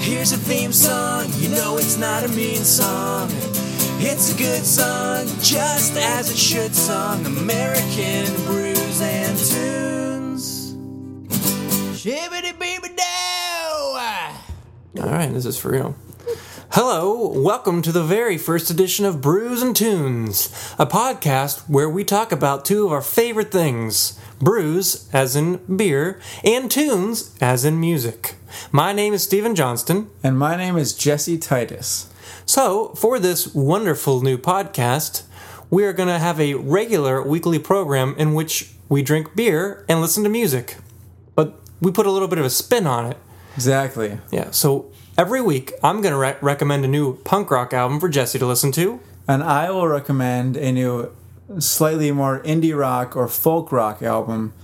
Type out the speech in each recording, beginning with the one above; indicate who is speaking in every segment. Speaker 1: Here's a theme song, you know it's not a mean song. It's a good song, just as it should song. American brews and tunes. Shibbity beeby dow!
Speaker 2: All right, this is for real. Hello, welcome to the very first edition of Brews and Tunes, a podcast where we talk about two of our favorite things brews, as in beer, and tunes, as in music. My name is Stephen Johnston.
Speaker 3: And my name is Jesse Titus.
Speaker 2: So, for this wonderful new podcast, we are going to have a regular weekly program in which we drink beer and listen to music. But we put a little bit of a spin on it.
Speaker 3: Exactly.
Speaker 2: Yeah, so every week I'm going to re- recommend a new punk rock album for Jesse to listen to.
Speaker 3: And I will recommend a new, slightly more indie rock or folk rock album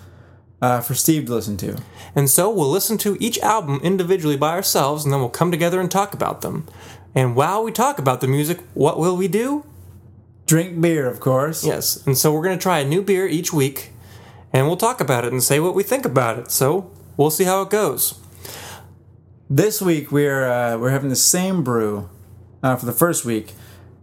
Speaker 3: uh, for Steve to listen to.
Speaker 2: And so we'll listen to each album individually by ourselves and then we'll come together and talk about them. And while we talk about the music, what will we do?
Speaker 3: Drink beer, of course.
Speaker 2: Yes. And so we're going to try a new beer each week and we'll talk about it and say what we think about it. So we'll see how it goes.
Speaker 3: This week we're uh, we're having the same brew uh, for the first week.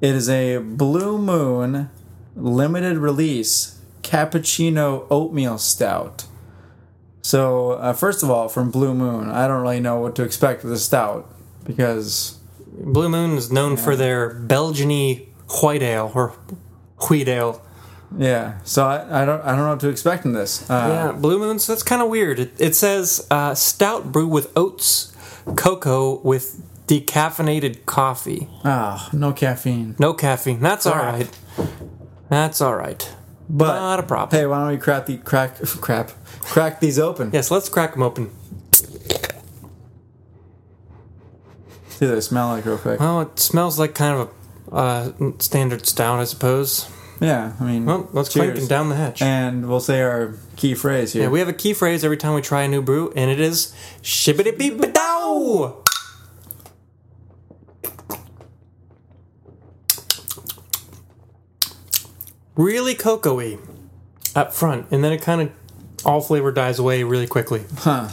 Speaker 3: It is a Blue Moon limited release cappuccino oatmeal stout. So uh, first of all, from Blue Moon, I don't really know what to expect with a stout because
Speaker 2: Blue Moon is known for their Belgian white ale or wheat ale.
Speaker 3: yeah. So I, I don't I don't know what to expect in this.
Speaker 2: Yeah,
Speaker 3: Uh,
Speaker 2: Blue Moon. So that's kind of weird. It, it says uh, stout brew with oats, cocoa with decaffeinated coffee.
Speaker 3: Ah, no caffeine.
Speaker 2: No caffeine. That's all
Speaker 3: Crap.
Speaker 2: right. That's all right.
Speaker 3: But
Speaker 2: Not a problem.
Speaker 3: Hey, why don't we crack the crack crap crack these open?
Speaker 2: Yes, let's crack them open.
Speaker 3: See what they smell like real quick.
Speaker 2: Oh, it smells like kind of a uh, standard stout, I suppose.
Speaker 3: Yeah, I mean,
Speaker 2: Well, Oh, let's crank
Speaker 3: cheers.
Speaker 2: them down the hatch.
Speaker 3: And we'll say our key phrase here.
Speaker 2: Yeah, we have a key phrase every time we try a new brew, and it is shibbity beep dow. Really cocoa-y up front, and then it kind of all flavor dies away really quickly.
Speaker 3: huh.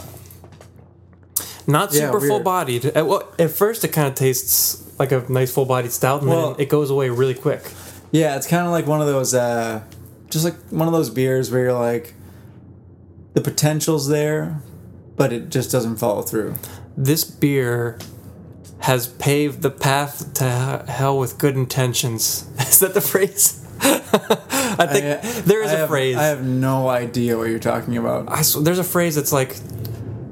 Speaker 2: Not
Speaker 3: Yeah,
Speaker 2: super
Speaker 3: weird.
Speaker 2: full-bodied. At, well, at first, it kind of tastes like a nice full-bodied stout, and
Speaker 3: Well-
Speaker 2: then it goes away really quick.
Speaker 3: Yeah, it's kind of like one of those, uh, just like one of those beers where you're like, the potential's there, but it just doesn't follow through.
Speaker 2: This beer has paved the path to he- hell with good intentions. Is that the phrase? I think
Speaker 3: I- uh,
Speaker 2: there is
Speaker 3: I
Speaker 2: a
Speaker 3: have-
Speaker 2: phrase.
Speaker 3: I have no idea what you're talking about.
Speaker 2: I sw- there's a phrase that's like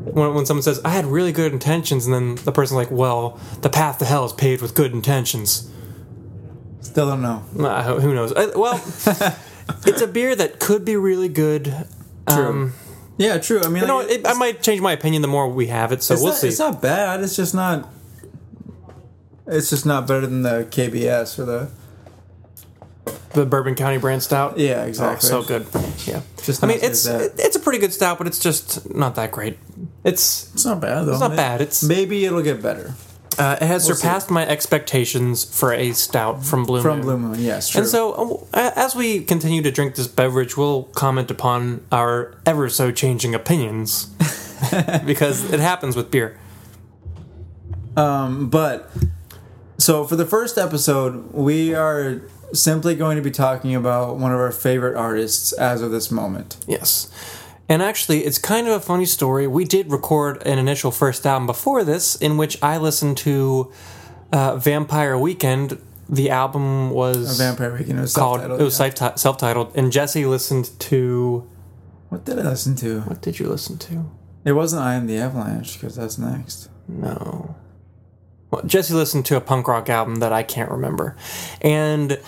Speaker 2: when, when someone says, "I had really good intentions," and then the person's like, "Well, the path to hell is paved with good intentions."
Speaker 3: Still don't know.
Speaker 2: Nah, who who knows? I, well, it's a beer that could be really good.
Speaker 3: True.
Speaker 2: Um,
Speaker 3: yeah, true. I mean,
Speaker 2: you know,
Speaker 3: like,
Speaker 2: it, I might change my opinion the more we have it, so
Speaker 3: it's
Speaker 2: we'll
Speaker 3: not,
Speaker 2: see.
Speaker 3: It's not bad. It's just not. It's just not better than the KBS or the.
Speaker 2: the Bourbon County brand stout.
Speaker 3: Yeah,
Speaker 2: Oh,
Speaker 3: exactly.
Speaker 2: so good. Yeah.
Speaker 3: Just
Speaker 2: I mean,
Speaker 3: not
Speaker 2: it's
Speaker 3: as good as
Speaker 2: it, it's a pretty good stout, but it's just not that great. It's
Speaker 3: It's not bad though. It's
Speaker 2: not bad. It's-
Speaker 3: maybe it'll get better
Speaker 2: uh, it has
Speaker 3: We'll see.
Speaker 2: surpassed my expectations for a stout from Blue
Speaker 3: from
Speaker 2: Moon.
Speaker 3: Blue Moon. Yes, true.
Speaker 2: And so, uh, as we continue to drink this beverage, we'll comment upon our ever so changing opinions because it happens with beer.
Speaker 3: But so for the first episode, we are simply going to be talking about one of our favorite artists as of this moment.
Speaker 2: Yes. And actually, it's kind of a funny story. We did record an initial first album before this, in which I listened to uh, Vampire Weekend. The album was
Speaker 3: Vampire Weekend was
Speaker 2: called
Speaker 3: self-titled,
Speaker 2: it was
Speaker 3: yeah.
Speaker 2: self titled, and Jesse listened to.
Speaker 3: What did I listen to?
Speaker 2: What did you listen to?
Speaker 3: It wasn't I Am the Avalanche because that's next.
Speaker 2: No. Well, Jesse listened to a punk rock album that I can't remember. And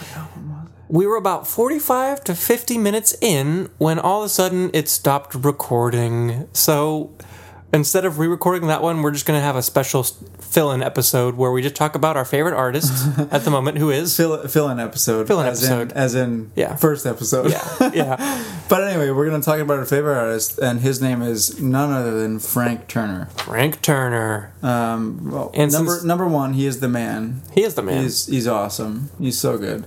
Speaker 2: we were about 45 to 50 minutes in when all of a sudden it stopped recording. So instead of re recording that one, we're just going to have a special fill in episode where we just talk about our favorite artist at the moment, who is.
Speaker 3: Fill, fill in episode.
Speaker 2: Fill-in
Speaker 3: as
Speaker 2: episode.
Speaker 3: In, as in
Speaker 2: Yeah.
Speaker 3: first episode.
Speaker 2: Yeah. Yeah.
Speaker 3: but anyway, we're going to talk about our favorite artist, and his name is none other than Frank Turner.
Speaker 2: Frank Turner.
Speaker 3: Um, well,
Speaker 2: And
Speaker 3: number
Speaker 2: since-
Speaker 3: number one, he is the man.
Speaker 2: He is the man.
Speaker 3: He's he's awesome. He's so good.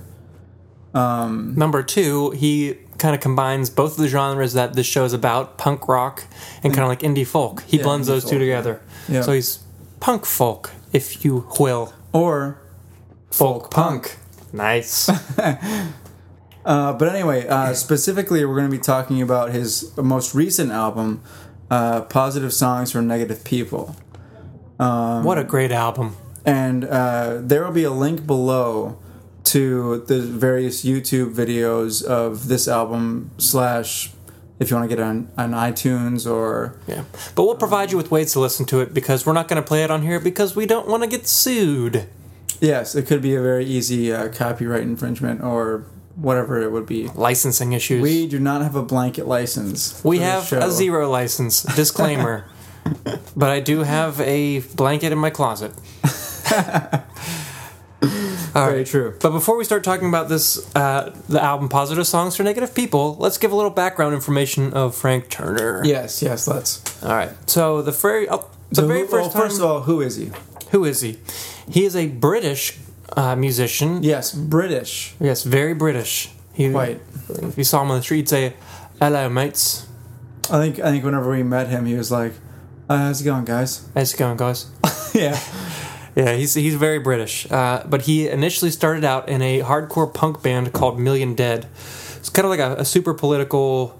Speaker 2: Number two, he kind of combines both of the genres that this show is about punk rock and kind of like indie folk. He blends
Speaker 3: indie
Speaker 2: those two
Speaker 3: folk, yeah.
Speaker 2: together.
Speaker 3: Yeah.
Speaker 2: So he's punk folk, if you will.
Speaker 3: Or,
Speaker 2: Folk punk. Nice.
Speaker 3: Um, uh, but anyway, uh, specifically, we're going to be talking about his most recent album, uh, "Positive Songs for Negative People."
Speaker 2: what a great album.
Speaker 3: and uh, there will be a link below to the various YouTube videos of this album slash if you want to get it on, on iTunes or
Speaker 2: Yeah. But we'll provide you with ways to listen to it because we're not going to play it on here because we don't want to get sued.
Speaker 3: yes, it could be a very easy uh, copyright infringement or whatever it would be.
Speaker 2: Licensing issues.
Speaker 3: We do not have a blanket license.
Speaker 2: We
Speaker 3: for this
Speaker 2: have
Speaker 3: show.
Speaker 2: a zero license disclaimer, but I do have a blanket in my closet. All
Speaker 3: Very
Speaker 2: right.
Speaker 3: true.
Speaker 2: But before we start talking about this, uh, the album "Positive Songs for Negative People," let's give a little background information of Frank Turner.
Speaker 3: Yes, yes. Let's.
Speaker 2: All right. So the very uh, the
Speaker 3: So
Speaker 2: very
Speaker 3: who-
Speaker 2: first
Speaker 3: well,
Speaker 2: time.
Speaker 3: first of all, who is he?
Speaker 2: who is he? He is a British uh, musician.
Speaker 3: Yes, British.
Speaker 2: Yes, very British. He,
Speaker 3: Quite.
Speaker 2: If you saw him on the street, you'd say, "Hello, mates.
Speaker 3: I think. I think whenever we met him, he was like, uh, "How's it going, guys?"
Speaker 2: How's it going, guys?"
Speaker 3: yeah.
Speaker 2: Yeah, he's he's very British. Uh, but he initially started out in a hardcore punk band called Million Dead. It's kind of like a, a super political,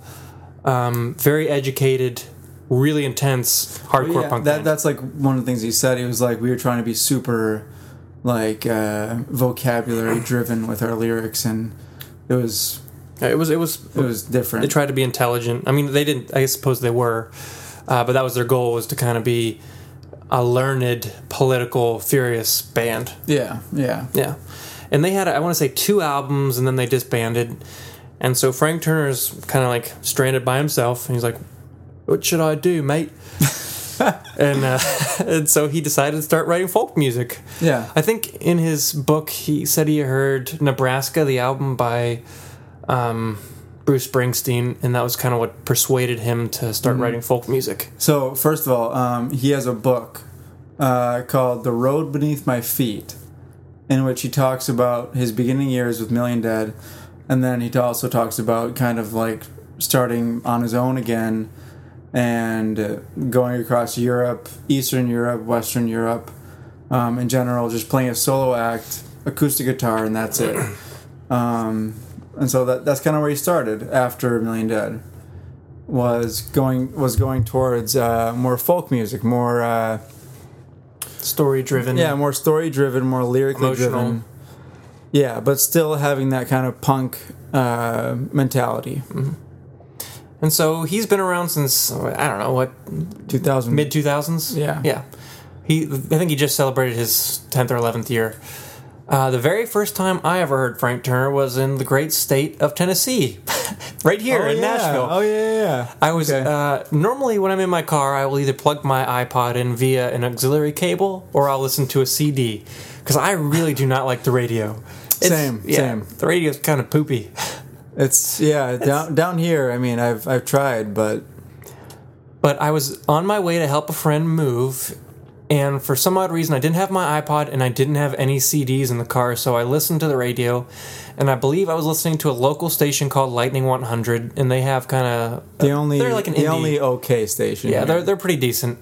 Speaker 2: um, very educated, really intense hardcore
Speaker 3: Oh, Yeah,
Speaker 2: punk
Speaker 3: that,
Speaker 2: band.
Speaker 3: That's like one of the things he said. He was like, we were trying to be super, like, uh, vocabulary driven with our lyrics, and it was
Speaker 2: Yeah, it was it was
Speaker 3: it was different.
Speaker 2: they tried to be intelligent. I mean, they didn't. I suppose they were, uh, but that was their goal was to kind of be a learned, political, furious band.
Speaker 3: yeah, yeah,
Speaker 2: Yeah. And they had, I want to say, two albums and then they disbanded. And so Frank Turner's kind of like stranded by himself and he's like, what should I do, mate? and, uh, and so he decided to start writing folk music.
Speaker 3: yeah.
Speaker 2: I think in his book, he said he heard Nebraska, the album by um, Bruce Springsteen, and that was kind of what persuaded him to start
Speaker 3: Mm-hmm.
Speaker 2: writing folk music.
Speaker 3: So first of all, um, he has a book uh, called "The Road Beneath My Feet," in which he talks about his beginning years with Million Dead, and then he also talks about kind of like starting on his own again and uh, going across Europe, Eastern Europe, Western Europe, um, in general, just playing a solo act, acoustic guitar, and that's it. Um, and so that that's kind of where he started after Million Dead was going was going towards uh, more folk music, more uh,
Speaker 2: Story driven.
Speaker 3: yeah, more story driven, more lyrically
Speaker 2: Emotional.
Speaker 3: driven. Yeah, but still having that kind of punk uh, mentality.
Speaker 2: And so he's been around since, I don't know, what,
Speaker 3: Two thousand
Speaker 2: mid 2000s
Speaker 3: Yeah.
Speaker 2: yeah he i think he just celebrated his 10th or 11th year uh, the very first time i ever heard frank turner was in the great state of tennessee right here
Speaker 3: oh,
Speaker 2: in
Speaker 3: yeah.
Speaker 2: nashville
Speaker 3: Oh yeah, yeah, yeah.
Speaker 2: I was
Speaker 3: Okay.
Speaker 2: uh, normally when I'm in my car, I will either plug my iPod in via an auxiliary cable or I'll listen to a CD because I really do not like the radio.
Speaker 3: Same, same.
Speaker 2: The radio's kind of poopy.
Speaker 3: it's yeah down down here. I mean, I've I've tried, but
Speaker 2: But I was on my way to help a friend move, and for some odd reason, I didn't have my iPod and I didn't have any CDs in the car, so I listened to the radio, and I believe I was listening to a local station called Lightning 100, and they have kind of
Speaker 3: the only
Speaker 2: they're like an
Speaker 3: the
Speaker 2: indie-
Speaker 3: only okay station.
Speaker 2: yeah,
Speaker 3: here.
Speaker 2: they're they're pretty decent.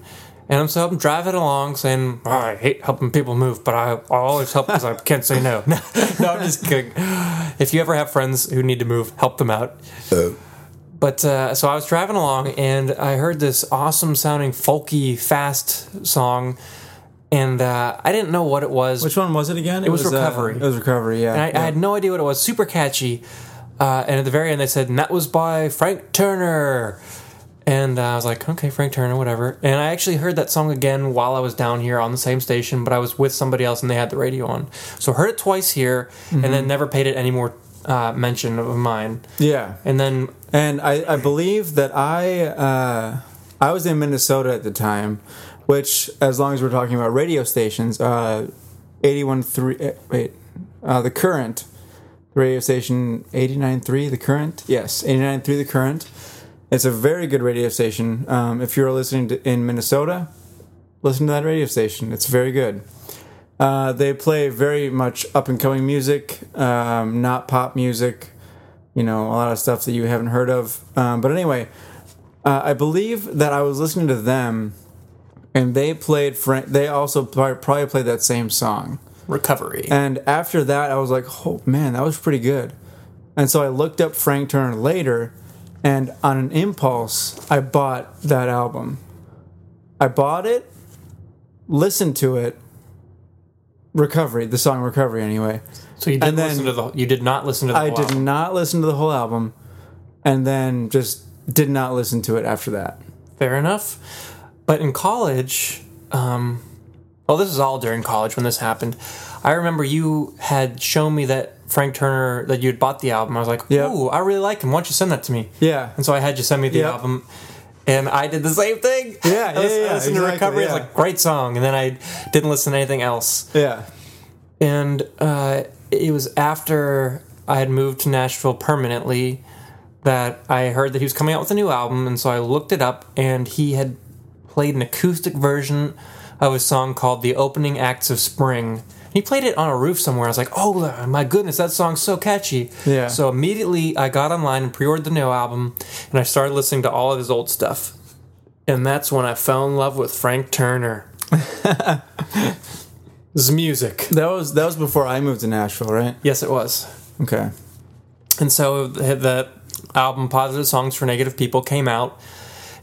Speaker 2: And I'm so I'm driving along saying "Oh, I hate helping people move, but I I always help because I can't say no. no. No, I'm just kidding. If you ever have friends who need to move, help them out. But uh, so I was driving along and I heard this awesome sounding folky fast song, and uh, I didn't know what it was.
Speaker 3: Which one was it again? It,
Speaker 2: was
Speaker 3: uh,
Speaker 2: Recovery.
Speaker 3: it was recovery. Yeah.
Speaker 2: And I, I had no idea what it was. Super catchy. Uh, and at the very end, they said, and that was by Frank Turner. And uh, I was like, okay, Frank Turner, whatever. And I actually heard that song again while I was down here on the same station, but I was with somebody else and they had the radio on. So I heard it twice here and then never paid it any more uh, mention of mine.
Speaker 3: Mm-hmm. yeah.
Speaker 2: And then,
Speaker 3: And I, I believe that I uh, I was in Minnesota at the time, which, as long as we're talking about radio stations, uh, 81.3, eh, wait, uh, The Current, radio station 89.3, The Current? Yes, 89.3, The Current. It's a very good radio station. Um, if you're listening to, in Minnesota, listen to that radio station. It's very good. Uh, they play very much up and coming music, um, not pop music you know, a lot of stuff that you haven't heard of. Um, but anyway, uh, I believe that I was listening to them and they played Frank. They also pl- probably played that same song.
Speaker 2: Recovery.
Speaker 3: And after that, I was like, "Oh man, that was pretty good." And so I looked up Frank Turner later, and on an impulse, I bought that album. I bought it, listened to it. Recovery, the song "Recovery," anyway.
Speaker 2: so you did
Speaker 3: and then-
Speaker 2: listen to the you did not listen to the
Speaker 3: I
Speaker 2: whole
Speaker 3: did
Speaker 2: album.
Speaker 3: not listen to the whole album, and then just did not listen to it after that.
Speaker 2: Fair enough. But in college, um, well, this is all during college when this happened. I remember you had shown me that Frank Turner that you had bought the album. I was like,
Speaker 3: Yep.
Speaker 2: "Ooh, I really like him. Why don't you send that to me?"
Speaker 3: Yeah,
Speaker 2: And so I had you send me the
Speaker 3: Yep.
Speaker 2: album, and I did the same thing.
Speaker 3: Yeah,
Speaker 2: I listened,
Speaker 3: yeah, yeah,
Speaker 2: I listened to
Speaker 3: exactly,
Speaker 2: Recovery. It's
Speaker 3: yeah.
Speaker 2: like great song, and then I didn't listen to anything else.
Speaker 3: yeah,
Speaker 2: and uh, it was after I had moved to Nashville permanently that I heard that he was coming out with a new album, and so I looked it up, and he had played an acoustic version of a song called "The Opening Acts of Spring." He played it on a roof somewhere. I was like, "Oh my goodness, that song's so catchy!"
Speaker 3: Yeah.
Speaker 2: So immediately I got online and pre-ordered the new album, and I started listening to all of his old stuff, and that's when I fell in love with Frank Turner. His music.
Speaker 3: that was that was before I moved to Nashville, right?
Speaker 2: Yes, it was.
Speaker 3: Okay.
Speaker 2: And so the the album Positive Songs for Negative People came out.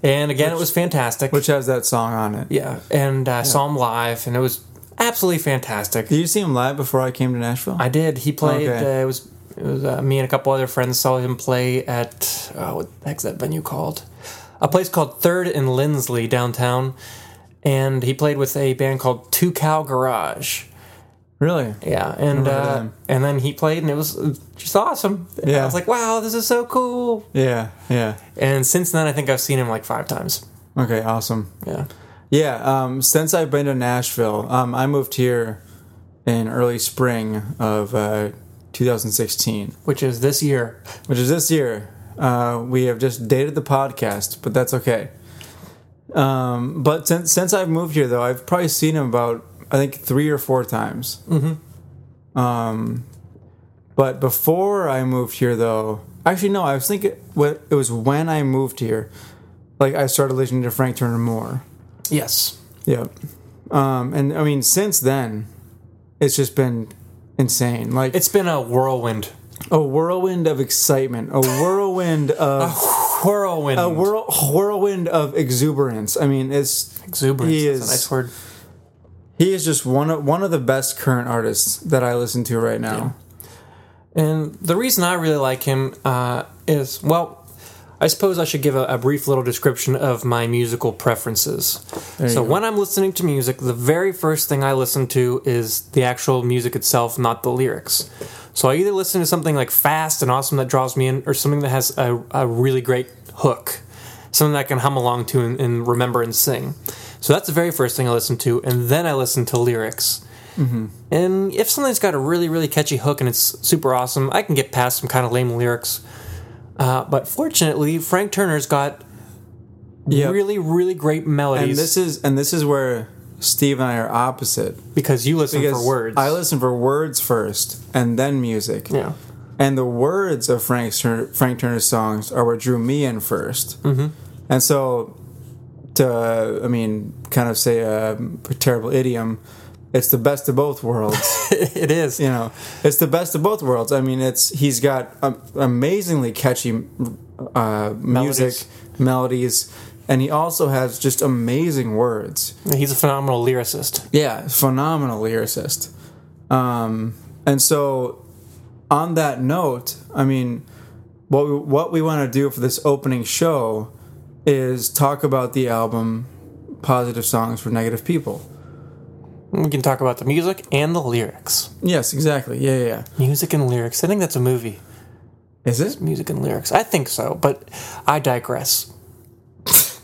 Speaker 2: And again, it was fantastic.
Speaker 3: Which has that song on it.
Speaker 2: yeah. And I saw him live, and it was absolutely fantastic.
Speaker 3: Did you see him live before I came to Nashville?
Speaker 2: I did. He played,
Speaker 3: Okay.
Speaker 2: uh, it was, it was uh, me and a couple other friends saw him play at, uh, what the heck's that venue called? A place called Third in Lindsley downtown. And he played with a band called Two Cow Garage.
Speaker 3: really?
Speaker 2: Yeah, and
Speaker 3: Remember
Speaker 2: uh,
Speaker 3: them.
Speaker 2: and then he played, and it was uh, just awesome.
Speaker 3: Yeah.
Speaker 2: I was like, wow, this is so cool.
Speaker 3: Yeah, yeah.
Speaker 2: And since then, I think I've seen him like five times.
Speaker 3: Okay, awesome.
Speaker 2: Yeah.
Speaker 3: Yeah, um, since I've been to Nashville, um, I moved here in early spring of uh, 2016,
Speaker 2: Which is this year.
Speaker 3: which is this year. Uh, we have just dated the podcast, but that's okay. Um, but since since I've moved here, though, I've probably seen him about I think three or four times. Mm-hmm. Um, but before I moved here, though, actually no, I was thinking what it was when I moved here. Like I started listening to Frank Turner more.
Speaker 2: Yes.
Speaker 3: Yep. Um, and I mean, since then, it's just been insane. Like
Speaker 2: It's been a whirlwind.
Speaker 3: a whirlwind of excitement, a whirlwind of
Speaker 2: Whirlwind.
Speaker 3: a whirl, whirlwind of exuberance. I mean, it's
Speaker 2: Exuberance.
Speaker 3: He
Speaker 2: That's
Speaker 3: is-
Speaker 2: a nice word.
Speaker 3: he is just one of one of the best current artists that I listen to right now.
Speaker 2: And the reason I really like him uh, is, well, I suppose I should give a, a brief little description of my musical preferences.
Speaker 3: you
Speaker 2: So,
Speaker 3: go.
Speaker 2: when I'm listening to music, the very first thing I listen to is the actual music itself, not the lyrics. So, I either listen to something like fast and awesome that draws me in, or something that has a, a really great hook, something that I can hum along to and, and remember and sing. So, that's the very first thing I listen to, and then I listen to lyrics. And if something's got a really, really catchy hook and it's super awesome, I can get past some kind of lame lyrics. Uh, but fortunately, Frank Turner's got
Speaker 3: Yep.
Speaker 2: really, really great melodies
Speaker 3: And this is and this is where Steve and I are opposite
Speaker 2: because you listen
Speaker 3: because
Speaker 2: for words.
Speaker 3: I listen for words first and then music.
Speaker 2: Yeah.
Speaker 3: and the words of Frank Turner, Frank Turner's songs are what drew me in 1st Mm-hmm. And so, to uh, I mean, kind of say a terrible idiom, it's the best of both worlds.
Speaker 2: it is.
Speaker 3: you know, it's the best of both worlds. I mean, it's he's got um, amazingly catchy uh, music melodies, and he also has just amazing words.
Speaker 2: He's a phenomenal lyricist.
Speaker 3: Yeah, phenomenal lyricist. Um, and so, on that note, I mean, what we, what we want to do for this opening show is talk about the album "Positive Songs for Negative People."
Speaker 2: We can talk about the music and the lyrics.
Speaker 3: Yes, exactly. Yeah, yeah. yeah.
Speaker 2: Music and lyrics. I think that's a movie.
Speaker 3: Is it?
Speaker 2: Music and lyrics. I think so, but I digress.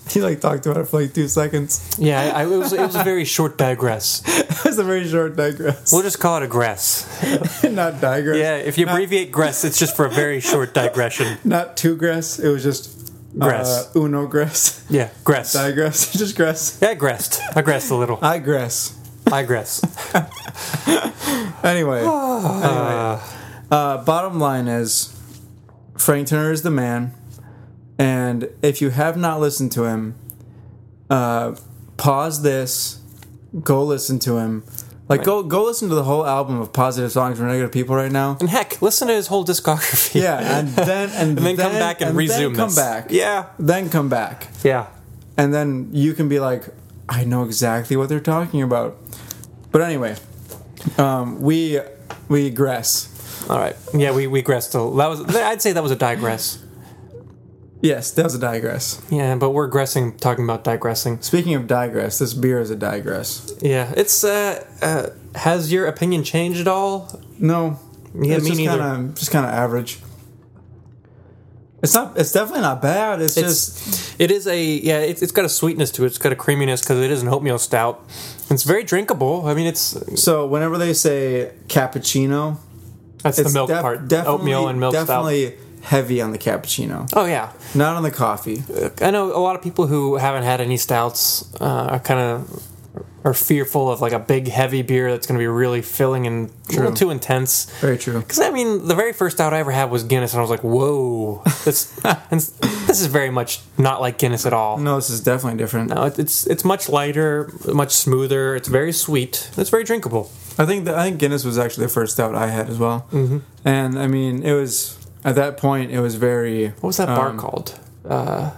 Speaker 3: He like talked about it for like two seconds.
Speaker 2: Yeah, I, I, it, was, it was a very short digress.
Speaker 3: That's a very short digress.
Speaker 2: We'll just call it a gress.
Speaker 3: not digress.
Speaker 2: Yeah, if you abbreviate gress, it's just for a very short digression.
Speaker 3: Not two grass. It was just
Speaker 2: Grass.
Speaker 3: Uh, uno grass.
Speaker 2: Yeah, gress.
Speaker 3: Digress. just grass.
Speaker 2: Yeah, I gressed. I gressed a little.
Speaker 3: I grass.
Speaker 2: I gress.
Speaker 3: Anyway, anyway. Uh, bottom line is Frank Turner is the man, and if you have not listened to him, uh, pause this, go listen to him. Like go go listen to the whole album of positive songs from negative people right now.
Speaker 2: And heck, listen to his whole discography.
Speaker 3: Yeah, and then
Speaker 2: And
Speaker 3: and,
Speaker 2: then come back and
Speaker 3: then
Speaker 2: resume
Speaker 3: come
Speaker 2: this.
Speaker 3: back.
Speaker 2: Yeah.
Speaker 3: Then come back.
Speaker 2: Yeah.
Speaker 3: And then you can be like, I know exactly what they're talking about. But anyway, um, we we agress.
Speaker 2: All right. Yeah, we we digressed. a- That was I'd say that was a digress.
Speaker 3: Yes, that was a digress.
Speaker 2: Yeah, but we're digressing talking about digressing.
Speaker 3: Speaking of digress, this beer is a digress.
Speaker 2: Yeah, it's uh, uh has your opinion changed at all?
Speaker 3: No,
Speaker 2: Yeah,
Speaker 3: it's
Speaker 2: me
Speaker 3: just
Speaker 2: neither.
Speaker 3: Kinda, just kind of average. It's not. It's definitely not bad. It's, just
Speaker 2: It's, it is a yeah. It's, it's got a sweetness to it. It's got a creaminess because it is an oatmeal stout. It's very drinkable. I mean, it's
Speaker 3: so whenever they say cappuccino,
Speaker 2: that's
Speaker 3: it's
Speaker 2: the milk
Speaker 3: def-
Speaker 2: part.
Speaker 3: definitely
Speaker 2: Oatmeal and milk stout.
Speaker 3: definitely heavy on the cappuccino,
Speaker 2: Oh yeah,
Speaker 3: not on the coffee.
Speaker 2: I know a lot of people who haven't had any stouts uh, are kind of are fearful of like a big heavy beer that's going to be really filling and a little too intense.
Speaker 3: Very true.
Speaker 2: Because I mean, the very first stout I ever had was Guinness, and I was like, "Whoa, this and s- this is very much not like Guinness at all." No,
Speaker 3: No, this is definitely different.
Speaker 2: it, it's it's much lighter, much smoother. It's very sweet. It's very drinkable.
Speaker 3: I think the, I think Guinness was actually the first stout I had as well, mm-hmm. and I mean it was at that point it was very.
Speaker 2: What was that bar
Speaker 3: um,
Speaker 2: called?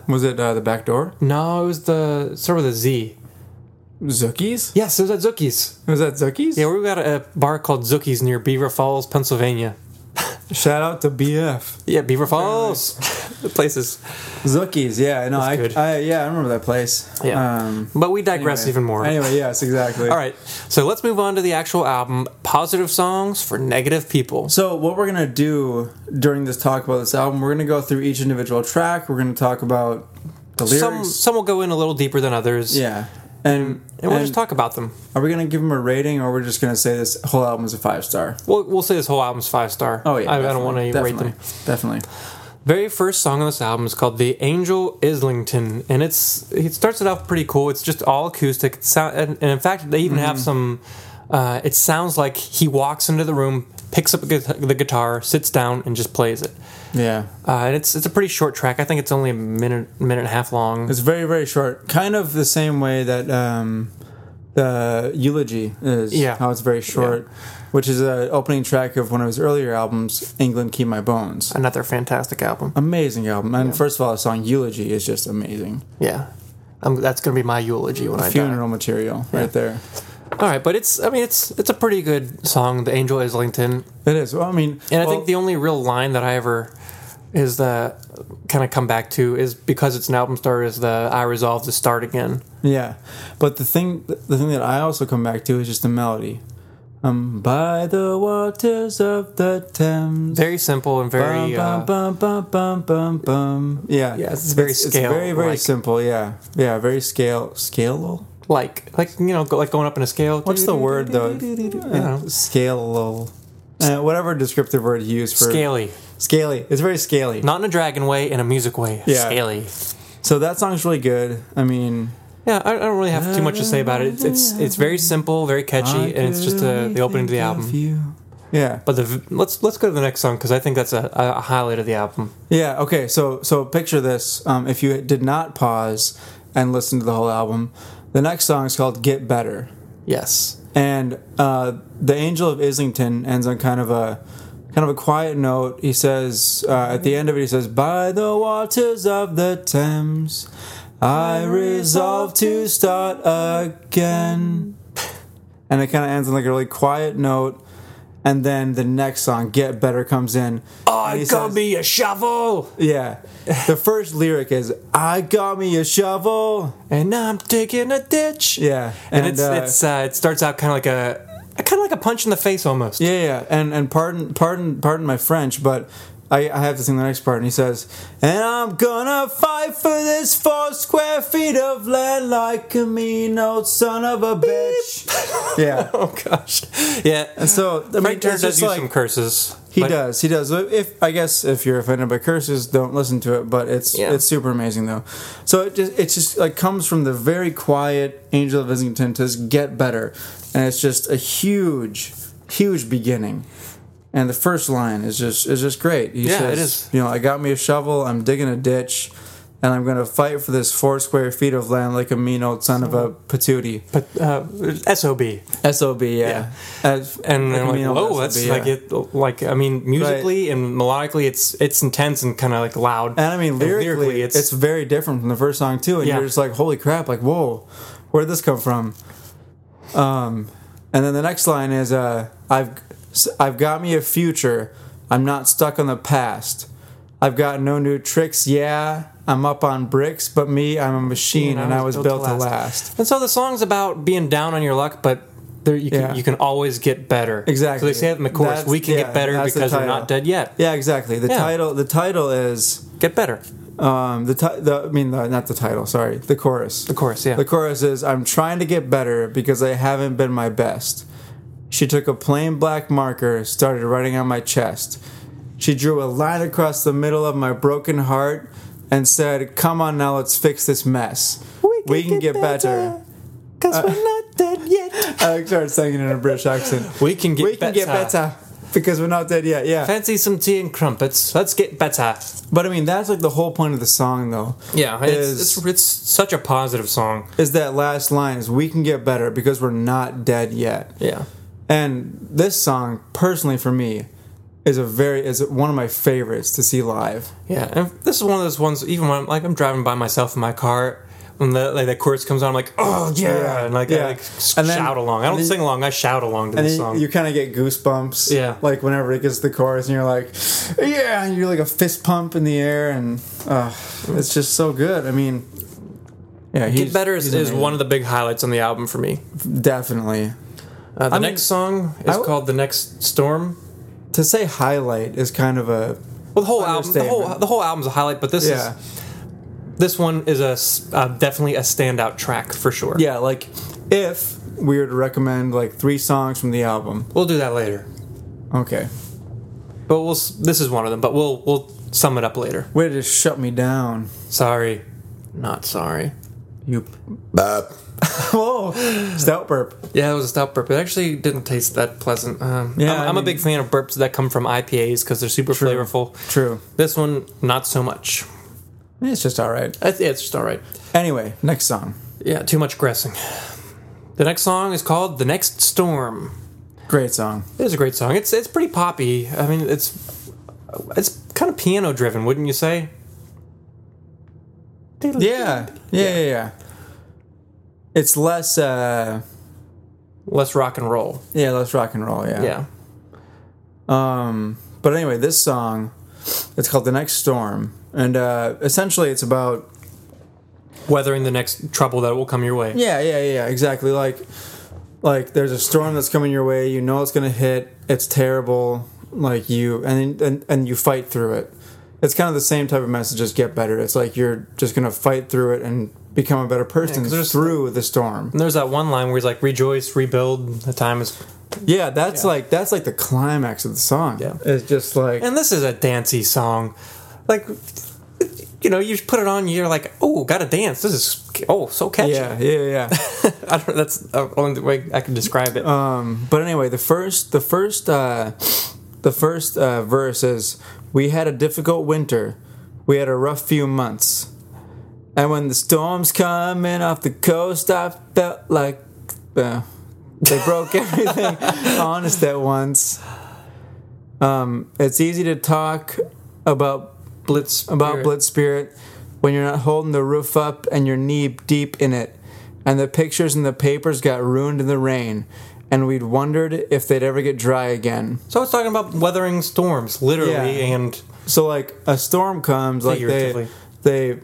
Speaker 3: Was it uh, the back door?
Speaker 2: No, it was the it started with a Z.
Speaker 3: Zookies?
Speaker 2: Yes, it was at Zookie's.
Speaker 3: Was that Zookies?
Speaker 2: Yeah, we got a bar called Zookie's near Beaver Falls, Pennsylvania.
Speaker 3: Shout out to BF.
Speaker 2: Yeah, Beaver Falls. the places.
Speaker 3: Zookies, yeah, no, I,
Speaker 2: good.
Speaker 3: I, yeah, I remember that place.
Speaker 2: Yeah.
Speaker 3: Um,
Speaker 2: but we digress
Speaker 3: anyway.
Speaker 2: even more.
Speaker 3: Anyway, yes, exactly.
Speaker 2: All right, so let's move on to the actual album Positive Songs for Negative People.
Speaker 3: So what we're gonna do during this talk about this album, we're gonna go through each individual track. We're gonna talk about the lyrics.
Speaker 2: Some, some will go in a little deeper than others.
Speaker 3: yeah, and
Speaker 2: And we'll just talk about them.
Speaker 3: Are we gonna give them a rating, or we're just gonna say this whole album is a five star?
Speaker 2: We'll, we'll say this whole album's five star.
Speaker 3: Oh yeah,
Speaker 2: I, I don't want to rate
Speaker 3: definitely,
Speaker 2: them.
Speaker 3: Definitely.
Speaker 2: Very first song on this album is called "The Angel Islington," and it's it starts it off pretty cool. It's just all acoustic. It sound, and, and in fact, they even
Speaker 3: Mm-hmm.
Speaker 2: have some. Uh, it sounds like he walks into the room, picks up a guit- the guitar, sits down, and just plays it.
Speaker 3: Yeah,
Speaker 2: Uh, and it's it's a pretty short track. I think it's only a minute minute and a half long.
Speaker 3: it's very very short. Kind of the same way that um, the eulogy is.
Speaker 2: Yeah.
Speaker 3: how it's very short, which is an opening track of one of his earlier albums, "England Keep My Bones."
Speaker 2: Another fantastic album.
Speaker 3: Um, Amazing album. And first of all, the song Eulogy is just amazing.
Speaker 2: Yeah, um, that's gonna be my eulogy when I die.
Speaker 3: Funeral material right there.
Speaker 2: All right, but it's I mean it's it's a pretty good song. The Angel Islington.
Speaker 3: It is. Well, I mean,
Speaker 2: And I
Speaker 3: well,
Speaker 2: think the only real line that I ever is the kind of come back to is because it's an album star is the I resolve to start again.
Speaker 3: yeah. But the thing, the thing that I also come back to is just the melody. Um, by the waters of the Thames.
Speaker 2: Very simple and
Speaker 3: Bum,
Speaker 2: very
Speaker 3: bum,
Speaker 2: uh,
Speaker 3: bum, bum, bum, bum, bum. Yeah.
Speaker 2: Yeah, it's very
Speaker 3: It's very, very
Speaker 2: scale-like.
Speaker 3: simple. Yeah. Yeah. Very scale. Scale.
Speaker 2: like like you know go, like going up in a scale.
Speaker 3: What's the word though?
Speaker 2: know.
Speaker 3: Scale. Uh, whatever descriptive word you use for
Speaker 2: Scaly,
Speaker 3: Scaly. It's very scaly.
Speaker 2: not in a dragon way, in a music way.
Speaker 3: Yeah.
Speaker 2: Scaly.
Speaker 3: So that song's really good. I mean,
Speaker 2: Yeah, I I don't really have too much to say about it. It's it's, it's very simple, very catchy, and it's just uh the opening to the album.
Speaker 3: Yeah.
Speaker 2: But the v- let's let's go to the next song because I think that's a, a highlight of the album.
Speaker 3: Yeah. Okay. So so picture this. Um, if you did not pause and listen to the whole album, the next song is called "Get Better,"
Speaker 2: Yes.
Speaker 3: and uh, the Angel of Islington ends on kind of a kind of a quiet note. He says uh, at the end of it, he says, "By the waters of the Thames, I resolve to start again." And it kind of ends on like a really quiet note. And then the next song, "Get Better," comes in. And
Speaker 2: I
Speaker 3: he
Speaker 2: got
Speaker 3: says-
Speaker 2: me a shovel.
Speaker 3: Yeah. The first lyric is I got me a shovel.
Speaker 2: and I'm digging a ditch.
Speaker 3: Yeah.
Speaker 2: and, it's
Speaker 3: uh,
Speaker 2: it's uh, it starts out kind of like a kind of like a punch in the face almost.
Speaker 3: Yeah, yeah. And and pardon pardon pardon my French, but I, I have to sing the next part and he says, And I'm gonna fight for this four square feet of land like a mean old son of a bitch. yeah.
Speaker 2: Oh gosh, yeah.
Speaker 3: And so I mean,
Speaker 2: Frank Turner
Speaker 3: it's
Speaker 2: does
Speaker 3: just
Speaker 2: use some
Speaker 3: like
Speaker 2: curses.
Speaker 3: he
Speaker 2: but-
Speaker 3: does, he does. If I guess if you're offended by curses, don't listen to it. But it's
Speaker 2: Yeah.
Speaker 3: it's super amazing though. So it just it just like comes from the very quiet Angel of Islington to just get better, and it's just a huge, huge beginning. And the first line is just is just great. He
Speaker 2: Yeah,
Speaker 3: says,
Speaker 2: it is.
Speaker 3: You know, I got me a shovel. I'm digging a ditch. and I'm going to fight for this four square feet of land like a mean old son of a patootie.
Speaker 2: But uh, sob,
Speaker 3: SOB, yeah. As-
Speaker 2: and
Speaker 3: like a
Speaker 2: I'm like,
Speaker 3: mean old
Speaker 2: whoa,
Speaker 3: SOB,
Speaker 2: that's
Speaker 3: yeah.
Speaker 2: like it. Like I mean, musically and melodically, it's it's intense and kind of like loud.
Speaker 3: And I mean, lyrically, it's,
Speaker 2: it's,
Speaker 3: very different from the first song too. And
Speaker 2: Yeah.
Speaker 3: you're just like, holy crap! Like, whoa, where'd this come from? Um, and then the next line is, uh, "I've I've got me a future. I'm not stuck on the past. I've got no new tricks. Yeah, I'm up on bricks, but me, I'm a machine, and I was, built, to last.
Speaker 2: And so the song's about being down on your luck, but there you can
Speaker 3: Yeah.
Speaker 2: you can always get better. So
Speaker 3: Exactly.
Speaker 2: they say that in the chorus,
Speaker 3: That's-
Speaker 2: we can
Speaker 3: yeah,
Speaker 2: get better
Speaker 3: that's the
Speaker 2: because we're
Speaker 3: title.
Speaker 2: not dead yet.
Speaker 3: Yeah, exactly. The
Speaker 2: Yeah.
Speaker 3: title. The title is
Speaker 2: Get better.
Speaker 3: um, the, ti- the I mean, the, not the title. Sorry, the chorus.
Speaker 2: The chorus, yeah.
Speaker 3: The chorus is I'm trying to get better because I haven't been my best. She took a plain black marker, started writing on my chest. She drew a line across the middle of my broken heart and said, Come on now, let's fix this mess. We can, get, better.
Speaker 2: Because we're not dead yet.
Speaker 3: I started singing in a British accent.
Speaker 2: We can get
Speaker 3: we can get better because we're not dead yet. Yeah.
Speaker 2: Fancy some tea and crumpets. Let's get better.
Speaker 3: But I mean, that's like the whole point of the song, though.
Speaker 2: Yeah,
Speaker 3: Is-
Speaker 2: it's, it's, it's such a positive song.
Speaker 3: Is that last line is we can get better because we're not dead yet.
Speaker 2: Yeah.
Speaker 3: And this song, personally for me, is a very is one of my favorites to see live.
Speaker 2: Yeah, and this is one of those ones. Even when I'm like I'm driving by myself in my car, when the like that chorus comes on, I'm like, oh yeah, and like
Speaker 3: Yeah.
Speaker 2: I like s-
Speaker 3: And then-
Speaker 2: shout along. I
Speaker 3: and
Speaker 2: don't
Speaker 3: then-
Speaker 2: sing along. I shout along to
Speaker 3: And
Speaker 2: this
Speaker 3: then
Speaker 2: song.
Speaker 3: you kind of get goosebumps.
Speaker 2: Yeah.
Speaker 3: Like whenever it gets to the chorus, and you're like, yeah, and you're like a fist pump in the air, and uh, it's just so good. I mean, yeah, he's,
Speaker 2: Get better is, is one of the big highlights on the album for me.
Speaker 3: definitely.
Speaker 2: Uh, the
Speaker 3: I mean,
Speaker 2: next song is
Speaker 3: I w-
Speaker 2: called "The Next Storm."
Speaker 3: To say highlight is kind of a
Speaker 2: Well, the whole album, the whole
Speaker 3: Understatement.
Speaker 2: the whole album's a highlight, but this
Speaker 3: yeah.
Speaker 2: is this one is a s- uh, definitely a standout track for sure.
Speaker 3: Yeah, like if we were to recommend like three songs from the album.
Speaker 2: we'll do that later.
Speaker 3: Okay.
Speaker 2: But we'll s- this is one of them. But we'll we'll sum it up later.
Speaker 3: Way to shut me down.
Speaker 2: Sorry, not sorry.
Speaker 3: You Whoa. Stout burp.
Speaker 2: Yeah, it was a stout burp. It actually didn't taste that pleasant. Um,
Speaker 3: Yeah,
Speaker 2: I'm,
Speaker 3: I
Speaker 2: I'm a
Speaker 3: mean-
Speaker 2: big fan of burps that come from IPAs because they're super
Speaker 3: True.
Speaker 2: flavorful.
Speaker 3: True.
Speaker 2: This one, not so much.
Speaker 3: It's just all right.
Speaker 2: It's, it's just all right.
Speaker 3: Anyway, next song.
Speaker 2: Yeah, too much grassing. The next song is called "The Next Storm."
Speaker 3: Great song.
Speaker 2: It is a great song. It's it's pretty poppy. I mean, it's it's kind of piano driven, wouldn't you say?
Speaker 3: Yeah. Yeah, yeah, yeah. It's less uh
Speaker 2: Less rock and roll.
Speaker 3: yeah, less rock and roll, yeah.
Speaker 2: Yeah.
Speaker 3: Um but anyway, this song it's called The Next Storm. And uh essentially it's about
Speaker 2: Weathering the next trouble that will come your way.
Speaker 3: Yeah, yeah, yeah, exactly. Like, like there's a storm that's coming your way. You know it's gonna hit. It's terrible. Like you and and and you fight through it. It's kind of the same type of message as get better. It's like you're just gonna fight through it and become a better person
Speaker 2: 'cause there's-
Speaker 3: through the storm.
Speaker 2: And there's that one line where he's like, "Rejoice, rebuild. The time is."
Speaker 3: Yeah, that's like that's like the climax of the song.
Speaker 2: Mm-hmm. Yeah.
Speaker 3: it's just like
Speaker 2: And this is a dancey song. Like, you know, you put it on, you're like, oh, gotta dance. This is, oh, so catchy.
Speaker 3: yeah, yeah, yeah.
Speaker 2: I don't know, that's the only way I can describe it.
Speaker 3: Um, but anyway, the first the first uh, the first uh, verse is we had a difficult winter, we had a rough few months, and when the storms coming off the coast, I felt like uh, they broke everything honest at once. Um, it's easy to talk about
Speaker 2: Blitz.
Speaker 3: about Blitz Spirit when you're not holding the roof up and you're knee deep in it. And the pictures in the papers got ruined in the rain, and we'd wondered if they'd ever get dry again.
Speaker 2: So it's talking about weathering storms, literally,
Speaker 3: Yeah.
Speaker 2: and
Speaker 3: So like a storm comes, like they
Speaker 2: Figuratively.
Speaker 3: they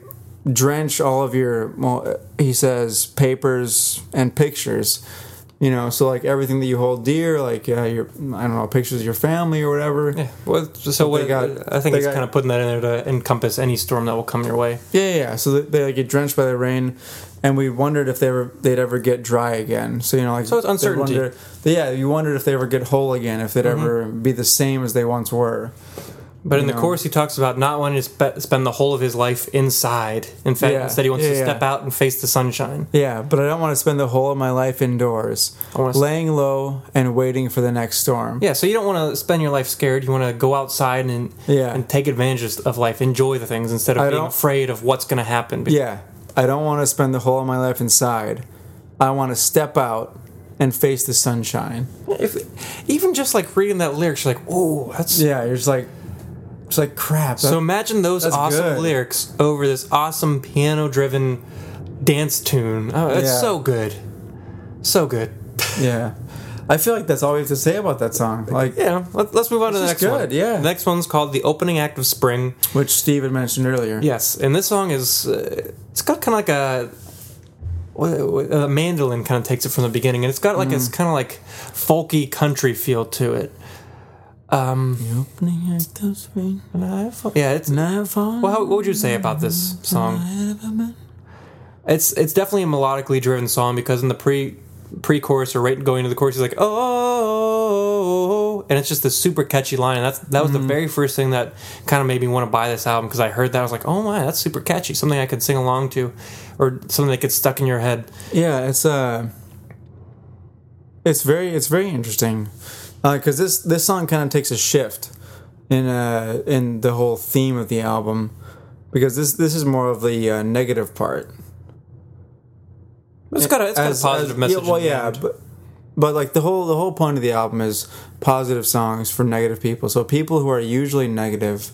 Speaker 3: drench all of your well, he says papers and pictures. You know, so like everything that you hold dear, like uh, your I don't know pictures of your family or whatever.
Speaker 2: yeah. Well, so what?
Speaker 3: got-
Speaker 2: I think
Speaker 3: they
Speaker 2: it's
Speaker 3: got-
Speaker 2: kind of putting that in there to encompass any storm that will come your way.
Speaker 3: Yeah, yeah, yeah. So they, they like, get drenched by the rain, and we wondered if they were they'd ever get dry again. So you know, like
Speaker 2: So it's
Speaker 3: they
Speaker 2: uncertainty.
Speaker 3: Mm-hmm. wonder- yeah, you wondered if they ever get whole again, if they'd ever be the same as they once were.
Speaker 2: But in the
Speaker 3: No.
Speaker 2: chorus, he talks about not wanting to spe- spend the whole of his life inside. In fact,
Speaker 3: Yeah.
Speaker 2: instead, he wants
Speaker 3: Yeah,
Speaker 2: to
Speaker 3: yeah.
Speaker 2: step out and face the sunshine.
Speaker 3: Yeah, but I don't want to spend the whole of my life indoors,
Speaker 2: I wanna-
Speaker 3: laying low and waiting for the next storm.
Speaker 2: Yeah, so you don't want to spend your life scared. You want to go outside and
Speaker 3: Yeah.
Speaker 2: and take advantage of life, enjoy the things instead of
Speaker 3: I
Speaker 2: being
Speaker 3: don't-
Speaker 2: afraid of what's going to happen.
Speaker 3: Yeah, I don't want to spend the whole of my life inside. I want to step out and face the sunshine.
Speaker 2: If, even just like reading that lyrics, you're like, oh, that's
Speaker 3: Yeah, you're just like, it's like crap.
Speaker 2: So
Speaker 3: that-
Speaker 2: imagine those
Speaker 3: that's
Speaker 2: awesome
Speaker 3: good.
Speaker 2: lyrics over this awesome piano driven dance tune. Oh, it's
Speaker 3: Yeah.
Speaker 2: so good. So good.
Speaker 3: yeah, I feel like that's all we have to say about that song. Like,
Speaker 2: Yeah, let, let's move on to the
Speaker 3: This
Speaker 2: next
Speaker 3: is
Speaker 2: one.
Speaker 3: good, yeah.
Speaker 2: The next one's called The Opening Act of Spring.
Speaker 3: which Steve had mentioned earlier.
Speaker 2: Yes, and this song is, uh, it's got kind of like a. wh- wh- A mandolin kind of takes it from the beginning, and it's got like this kind of like folky country feel to it.
Speaker 3: The opening act of spring, nightfall-
Speaker 2: Yeah, it's
Speaker 3: nightfall.
Speaker 2: Well, how, what would you say about this song? It's it's definitely a melodically driven song because in the pre pre chorus or right going into the chorus, he's like oh, and it's just this super catchy line. And that's that
Speaker 3: Mm.
Speaker 2: was the very first thing that kind of made me want to buy this album because I heard that I was like, oh my, that's super catchy, something I could sing along to, or something that gets stuck in your head.
Speaker 3: Yeah, it's uh, it's very it's very interesting, because this this song kind of takes a shift in uh in the whole theme of the album, because this this is more of the uh, negative part.
Speaker 2: It's got a, it's got a positive
Speaker 3: yeah,
Speaker 2: message.
Speaker 3: well,
Speaker 2: in the
Speaker 3: yeah,
Speaker 2: end.
Speaker 3: but but like the whole the whole point of the album is positive songs for negative people. So people who are usually negative,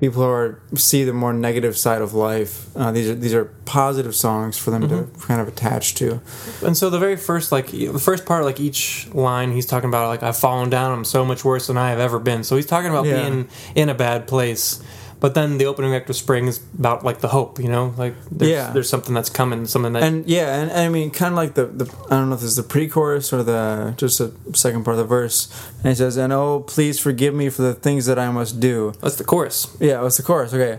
Speaker 3: people who are see the more negative side of life. Uh, these are these are positive songs for them
Speaker 2: Mm-hmm.
Speaker 3: to kind of attach to.
Speaker 2: And so the very first, like e- the first part, like each line, he's talking about like I've fallen down. I'm so much worse than I have ever been. So he's talking about
Speaker 3: Yeah.
Speaker 2: being in a bad place. But then the opening act of Spring is about like the hope, you know, like there's,
Speaker 3: Yeah.
Speaker 2: there's something that's coming, something that
Speaker 3: And yeah, and, and I mean, kind of like the, the I don't know if this is the pre-chorus or the just the second part of the verse. And he says, "And oh, please forgive me for the things that I must do."
Speaker 2: that's the chorus.
Speaker 3: Yeah, it's the chorus. Okay,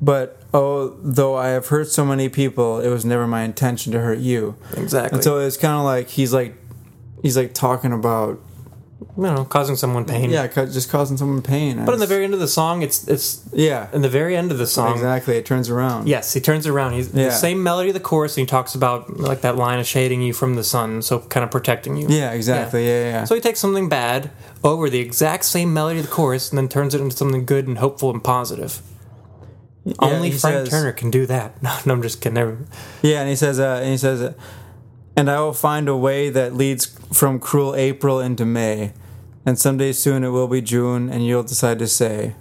Speaker 3: but oh, though I have hurt so many people, it was never my intention to hurt you.
Speaker 2: Exactly.
Speaker 3: And so it's kind of like he's like he's like talking about
Speaker 2: you know, causing someone pain.
Speaker 3: yeah, ca- just causing someone pain.
Speaker 2: But in the very end of the song, it's it's
Speaker 3: yeah,
Speaker 2: in the very end of the song.
Speaker 3: exactly. It turns around.
Speaker 2: Yes, he turns around. He's
Speaker 3: Yeah.
Speaker 2: the same melody of the chorus, and he talks about like that line of shading you from the sun, so kind of protecting you.
Speaker 3: Yeah, exactly. Yeah, yeah. yeah.
Speaker 2: So he takes something bad over the exact same melody of the chorus and then turns it into something good and hopeful and positive. Only
Speaker 3: he
Speaker 2: Frank
Speaker 3: says-
Speaker 2: Turner can do that. No, no I'm just kidding. Never-
Speaker 3: Yeah, and he says, uh, and he says, uh, and I will find a way that leads from cruel April into May, and someday soon it will be June, and you'll decide to say.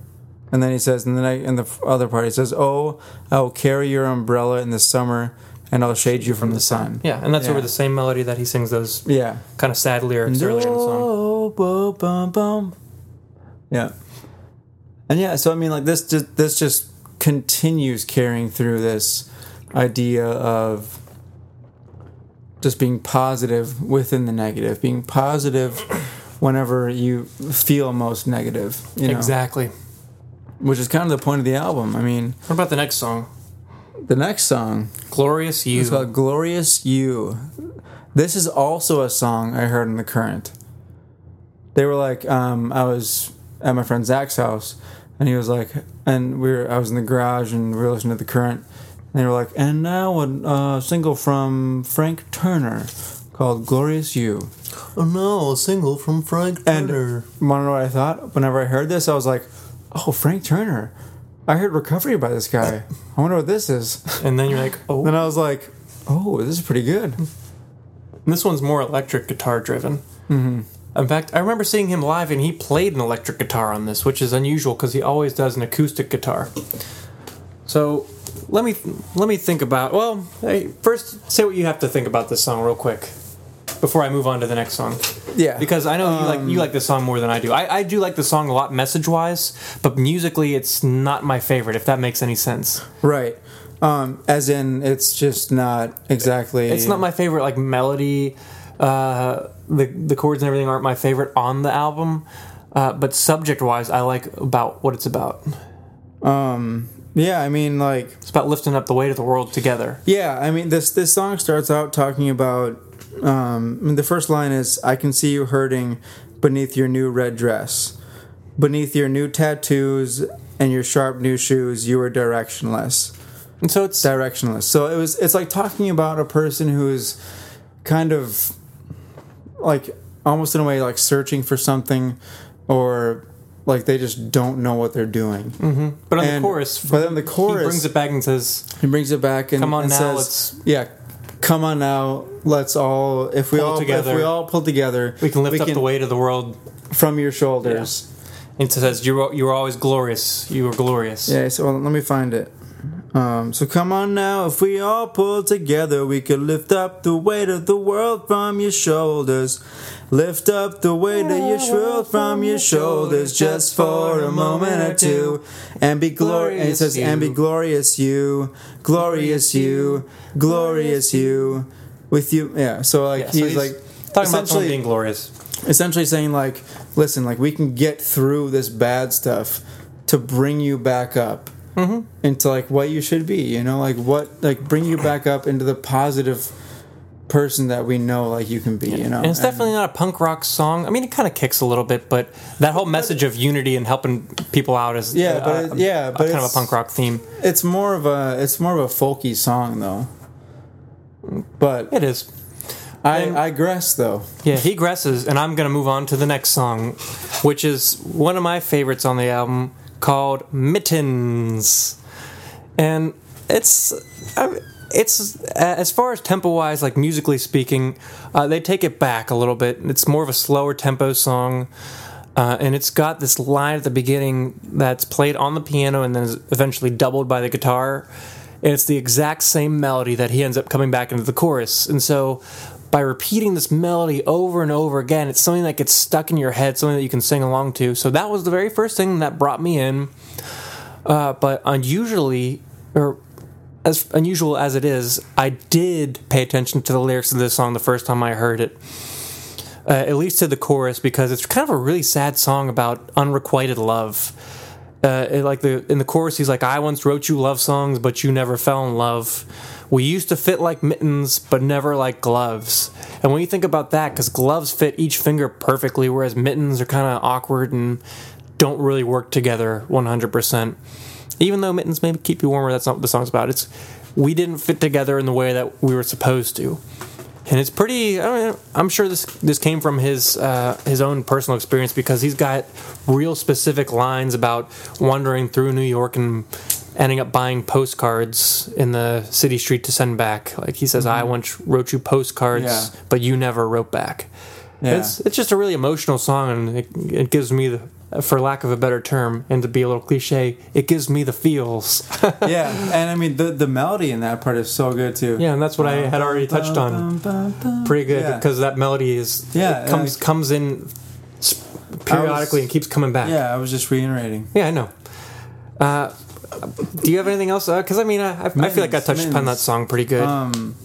Speaker 3: And then he says, and then I, in the other part, he says, oh, I will carry your umbrella in the summer, and I'll shade you from the sun.
Speaker 2: Yeah, and that's
Speaker 3: Yeah.
Speaker 2: over the same melody that he sings those
Speaker 3: Yeah.
Speaker 2: kind of sad lyrics earlier in the song.
Speaker 3: Oh, bo- bum, bum. Yeah. And yeah, so I mean, like this, just, this just continues carrying through this idea of just being positive within the negative, being positive whenever you feel most negative. You know,
Speaker 2: Exactly.
Speaker 3: Which is kind of the point of the album. I mean,
Speaker 2: What about the next song?
Speaker 3: the next song
Speaker 2: Glorious You.
Speaker 3: is called "Glorious You." This is also a song I heard in the current. They were like, um, I was at my friend Zach's house, and he was like, and we were, I was in the garage, and we were listening to the current, and they were like, and now a uh, single from Frank Turner called "Glorious You."
Speaker 2: oh no, a single from Frank
Speaker 3: And want to know what I thought? Whenever I heard this, I was like, oh, Frank Turner. I heard "Recovery" by this guy. I wonder what this is.
Speaker 2: And, then you're like, oh,
Speaker 3: Then I was like, oh, this is pretty good.
Speaker 2: And this one's more electric guitar driven. Mm-hmm. In fact, I remember seeing him live and he played an electric guitar on this, which is unusual because he always does an acoustic guitar. So let me let me think about. Well, hey, first say what you have to think about this song real quick before I move on to the next song.
Speaker 3: Yeah.
Speaker 2: Because I know you like you like this song more than I do. I, I do like the song a lot message wise, but musically it's not my favorite. If that makes any sense,
Speaker 3: Right. Um, as in, it's just not exactly.
Speaker 2: it's not my favorite like melody uh the the chords and everything aren't my favorite on the album uh, but subject wise i like about what it's about
Speaker 3: Yeah, I mean, like,
Speaker 2: it's about lifting up the weight of the world together
Speaker 3: yeah, I mean, this this song starts out talking about. Um, I mean, the first line is, "I can see you hurting beneath your new red dress, Beneath your new tattoos and your sharp new shoes, you were directionless.
Speaker 2: And so it's
Speaker 3: Directionless. So it was. It's like talking about a person who's kind of like almost in a way like searching for something, or like they just don't know what they're doing.
Speaker 2: but on
Speaker 3: And-
Speaker 2: Mm-hmm. the chorus,
Speaker 3: but then the
Speaker 2: he
Speaker 3: chorus-
Speaker 2: brings it back and says,
Speaker 3: He brings it back and,
Speaker 2: Come on
Speaker 3: and
Speaker 2: now,
Speaker 3: says,
Speaker 2: let's-
Speaker 3: "Yeah, come on now, let's all if we
Speaker 2: Pull
Speaker 3: all
Speaker 2: together.
Speaker 3: if we all pull together,
Speaker 2: "We can lift up the weight of the world."
Speaker 3: from your shoulders."
Speaker 2: And it says, "You were, you were always glorious. You were glorious."
Speaker 3: Yeah, so well, let me find it. Um, so come on now, if we all pull together, we could lift up the weight of the world from your shoulders. Lift up the weight of your shrill from your shoulders just for a moment or two. And be glorious, it says, and be glorious you, glorious you, glorious you, with you. Yeah, so like,
Speaker 2: Yeah, so
Speaker 3: he's, like,
Speaker 2: talking about someone
Speaker 3: essentially-
Speaker 2: being glorious.
Speaker 3: essentially saying like listen like we can get through this bad stuff to bring you back up mm-hmm. into like what you should be you know like what like bring you back up into the positive person that we know like you can be you know
Speaker 2: And it's definitely not a punk rock song. I mean, it kind of kicks a little bit, but that whole message of unity and helping people out is
Speaker 3: Yeah,
Speaker 2: uh,
Speaker 3: but it- yeah,
Speaker 2: a-
Speaker 3: but
Speaker 2: kind of a
Speaker 3: it's-
Speaker 2: punk rock theme.
Speaker 3: it's more of a it's more of a folky song though but
Speaker 2: It is.
Speaker 3: i i digress though
Speaker 2: Yeah, he gresses, and I'm gonna move on to the next song, which is one of my favorites on the album called "Mittens," and it's I- it's as far as tempo wise, like musically speaking, uh, they take it back a little bit. It's more of a slower tempo song. Uh, and it's got this line at the beginning that's played on the piano and then is eventually doubled by the guitar. And it's the exact same melody that he ends up coming back into the chorus. And so by repeating this melody over and over again, it's something that gets stuck in your head, something that you can sing along to. So that was the very first thing that brought me in. Uh, but unusually, or as unusual as it is, I did pay attention to the lyrics of this song the first time I heard it uh, at least to the chorus because it's kind of a really sad song about unrequited love. Uh, it- like the in the chorus, he's like, "I once wrote you love songs, but you never fell in love. We used to fit like mittens, but never like gloves." And when you think about that, because gloves fit each finger perfectly, whereas mittens are kind of awkward and don't really work together one hundred percent. Even though mittens maybe keep you warmer, that's not what the song's about. It's we didn't fit together in the way that we were supposed to and it's pretty. I mean, I'm sure this this came from his uh, his own personal experience because he's got real specific lines about wandering through New York and ending up buying postcards in the city street to send back. Like he says, "I once wrote you postcards,
Speaker 3: Yeah.
Speaker 2: but you never wrote back."
Speaker 3: Yeah.
Speaker 2: It's it's just a really emotional song, and it, it gives me the, for lack of a better term, and to be a little cliche, it gives me the feels.
Speaker 3: yeah and i mean the the melody in that part is so good too
Speaker 2: yeah, and that's what I had already touched on. pretty good
Speaker 3: Yeah.
Speaker 2: because that melody is
Speaker 3: Yeah,
Speaker 2: it comes
Speaker 3: like-
Speaker 2: comes in s- periodically and keeps coming back.
Speaker 3: yeah i was just reiterating
Speaker 2: Yeah, I know. Uh, do you have anything else? Because I mean, I, I feel like I
Speaker 3: Mittens,
Speaker 2: touched upon that
Speaker 3: mittens.
Speaker 2: song pretty good.
Speaker 3: um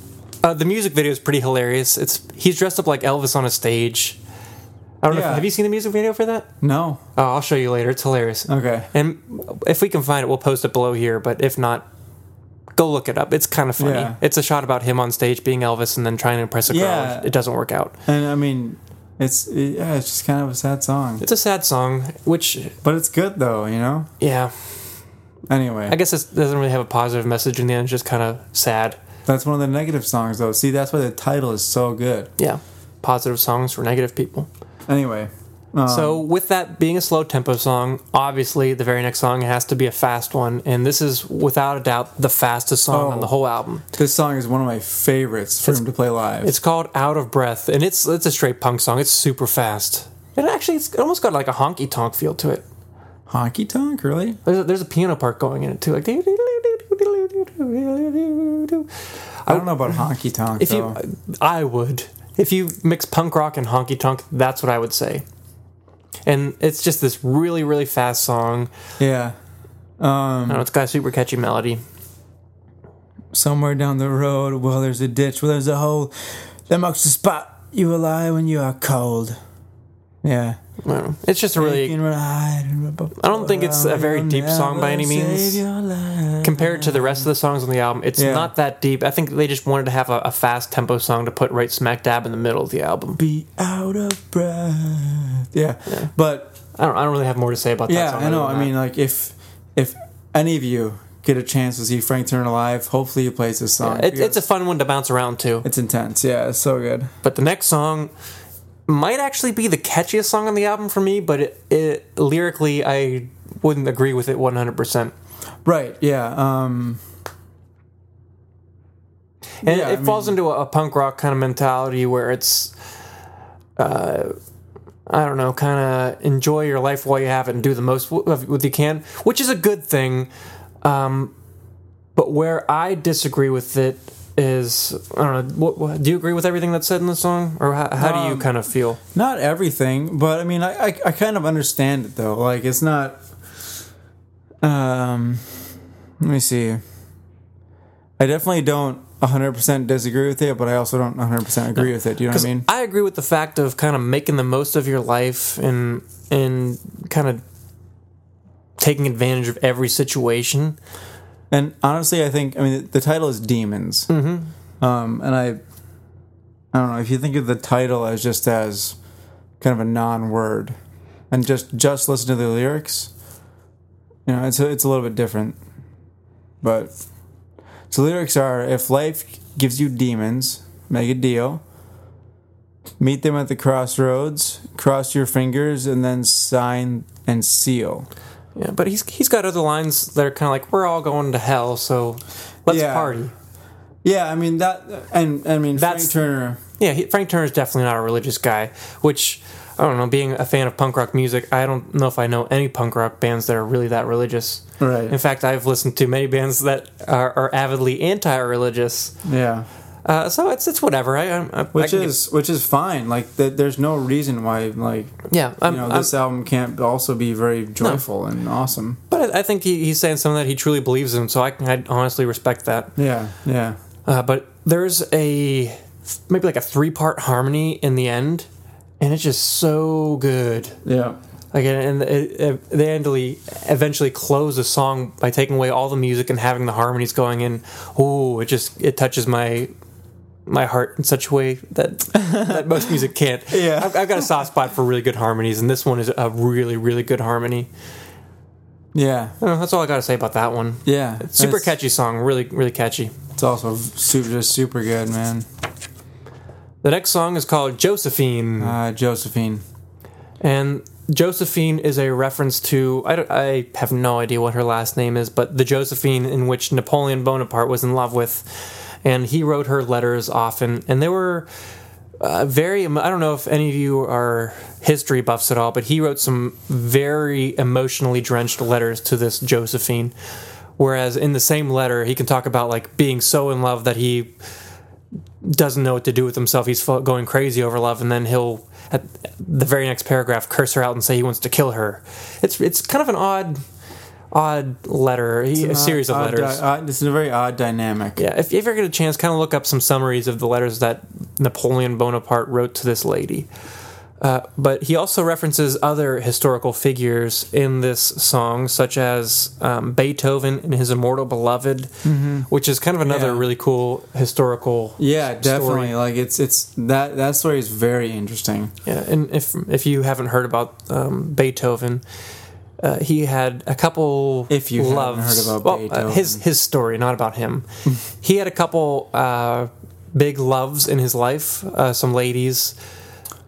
Speaker 2: uh, the music video is pretty hilarious. It's he's dressed up like Elvis on a stage. I don't know.
Speaker 3: Yeah.
Speaker 2: If, have you seen the music video for that?
Speaker 3: no
Speaker 2: Oh, I'll show you later. It's hilarious.
Speaker 3: okay
Speaker 2: And if we can find it, we'll post it below here. But if not, go look it up. It's kind of funny.
Speaker 3: Yeah.
Speaker 2: It's a shot about him on stage being Elvis and then trying to impress a
Speaker 3: Yeah.
Speaker 2: crowd. It doesn't work out.
Speaker 3: And I mean, it's yeah, it's just kind of a sad song,
Speaker 2: It's a sad song, which,
Speaker 3: but it's good though, you know.
Speaker 2: yeah,
Speaker 3: Anyway,
Speaker 2: I guess it doesn't really have a positive message in the end. It's just kind of sad.
Speaker 3: that's one of the negative songs though. See, that's why the title is so good.
Speaker 2: Yeah, positive songs for negative people.
Speaker 3: Anyway, um,
Speaker 2: so, with that being a slow tempo song, obviously the very next song has to be a fast one, and this is without a doubt the fastest song on
Speaker 3: Oh.
Speaker 2: the whole album.
Speaker 3: this song is one of my favorites for him to play live.
Speaker 2: It's called "Out of Breath," and it's it's a straight punk song. It's super fast. It actually it's it almost got like a honky tonk feel to it.
Speaker 3: honky tonk, really?
Speaker 2: There's a, there's a piano part going in it too, like.
Speaker 3: I don't know about honky tonk
Speaker 2: Oh. If
Speaker 3: though.
Speaker 2: you, I would. If you mix punk rock and honky tonk, that's what I would say. And it's just this really, really fast song.
Speaker 3: yeah,
Speaker 2: I don't know, it's got a super catchy melody.
Speaker 3: somewhere down the road, well, there's a ditch, well, there's a hole that marks the spot you will lie when you are cold. Yeah.
Speaker 2: I don't know. It's just a really
Speaker 3: I
Speaker 2: don't think it's a very deep song by any means. compared to the rest of the songs on the album. It's
Speaker 3: Yeah.
Speaker 2: not that deep. I think they just wanted to have a, a fast tempo song to put right smack dab in the middle of the album.
Speaker 3: be out of breath. Yeah. But
Speaker 2: I don't, I don't really have more to say about that.
Speaker 3: Yeah,
Speaker 2: song
Speaker 3: I know.
Speaker 2: other
Speaker 3: I
Speaker 2: than
Speaker 3: mean,
Speaker 2: that.
Speaker 3: like if if any of you get a chance to see Frank Turner live, hopefully he plays this song.
Speaker 2: It, it's a fun one to bounce around to.
Speaker 3: it's intense. Yeah, it's so good.
Speaker 2: But the next song might actually be the catchiest song on the album for me, but it, it lyrically I wouldn't agree with it 100%.
Speaker 3: Right. Yeah. Um.
Speaker 2: And
Speaker 3: Yeah,
Speaker 2: it
Speaker 3: I
Speaker 2: falls into a, a punk rock kind of mentality where it's uh I don't know, kind of enjoy your life while you have it and do the most w- of with you can, which is a good thing. Um but where I disagree with it is I don't know. What, what, do you agree with everything that's said in the song, or how, how do you
Speaker 3: Um,
Speaker 2: kind of feel?
Speaker 3: Not everything, but I mean, I, I I kind of understand it though. Like it's not. Um. Let me see. I definitely don't 100% disagree with it, but I also don't 100% agree with it. Do you know what I mean?
Speaker 2: I agree with the fact of kind of making the most of your life and and kind of taking advantage of every situation.
Speaker 3: And honestly, I think I mean the title is Demons. Mm-hmm. Um, and I, I don't know if you think of the title as just as kind of a non-word, and just just listen to the lyrics. You know, it's a, it's a little bit different, but so the lyrics are: If life gives you demons, make a deal. Meet them at the crossroads. Cross your fingers and then sign and seal.
Speaker 2: Yeah, but he's he's got other lines that are kind of like we're all going to hell, so let's
Speaker 3: Yeah.
Speaker 2: party.
Speaker 3: Yeah, I mean that, and I mean
Speaker 2: That's-
Speaker 3: Frank Turner.
Speaker 2: Yeah, he, Frank Turner's definitely not a religious guy, which I don't know. Being a fan of punk rock music, I don't know if I know any punk rock bands that are really that religious.
Speaker 3: Right.
Speaker 2: In fact, I've listened to many bands that are, are avidly anti-religious.
Speaker 3: Yeah,
Speaker 2: Uh, so it's it's whatever. I, I, I
Speaker 3: which
Speaker 2: can get-
Speaker 3: is which is fine. Like th- there's no reason why like
Speaker 2: yeah. I'm,
Speaker 3: you know
Speaker 2: I'm-
Speaker 3: this album can't also be very joyful and awesome.
Speaker 2: But I I think he, he's saying something that he truly believes in, so I can I honestly respect that.
Speaker 3: Yeah, yeah,
Speaker 2: Uh, but there's a maybe like a three part harmony in the end, and it's just so good.
Speaker 3: yeah,
Speaker 2: Like, and it, it, they eventually eventually close the song by taking away all the music and having the harmonies going in. Ooh, it just it touches my my heart in such a way that that most music can't.
Speaker 3: Yeah.
Speaker 2: I've, I've got a soft spot for really good harmonies, and this one is a really really good harmony.
Speaker 3: yeah,
Speaker 2: I don't know, that's all I got to say about that one.
Speaker 3: yeah.
Speaker 2: Super
Speaker 3: it's,
Speaker 2: catchy song, really, really catchy.
Speaker 3: It's also super just super good, man.
Speaker 2: The next song is called Josephine,
Speaker 3: Uh, Josephine.
Speaker 2: and Josephine is a reference to I, don't- I have no idea what her last name is, but the Josephine in which Napoleon Bonaparte was in love with, and he wrote her letters often, and they were uh, very. emo- I don't know if any of you are history buffs at all, but he wrote some very emotionally drenched letters to this Josephine. Whereas in the same letter, he can talk about like being so in love that he doesn't know what to do with himself. He's fu- going crazy over love, and then he'll at the very next paragraph curse her out and say he wants to kill her. It's it's kind of an odd, odd letter, a series of
Speaker 3: Odd Uh, di-
Speaker 2: letters.
Speaker 3: odd- this is a very odd dynamic.
Speaker 2: yeah, if, if you ever get a chance, kind of look up some summaries of the letters that Napoleon Bonaparte wrote to this lady. Uh, but he also references other historical figures in this song, such as um, Beethoven and his immortal beloved, which is kind of another
Speaker 3: Yeah.
Speaker 2: really cool historical
Speaker 3: Yeah,
Speaker 2: s- story.
Speaker 3: definitely. Like it's it's that that story is very interesting.
Speaker 2: Yeah, and if if you haven't heard about um, Beethoven, uh, he had a couple.
Speaker 3: If you haven't
Speaker 2: loves,
Speaker 3: heard about
Speaker 2: well, uh,
Speaker 3: Beethoven.
Speaker 2: his his story, not about him. he had a couple uh, big loves in his life, uh, some ladies,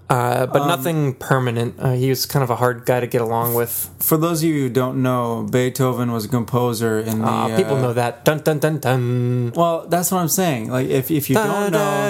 Speaker 2: uh,
Speaker 3: Um,
Speaker 2: but nothing permanent. Uh, he was kind of a hard guy to get along with.
Speaker 3: For those of you who don't know, Beethoven was a composer in the.
Speaker 2: Uh, people know that. Dun dun dun dun.
Speaker 3: Well, that's what I'm saying. Like if if you don't know.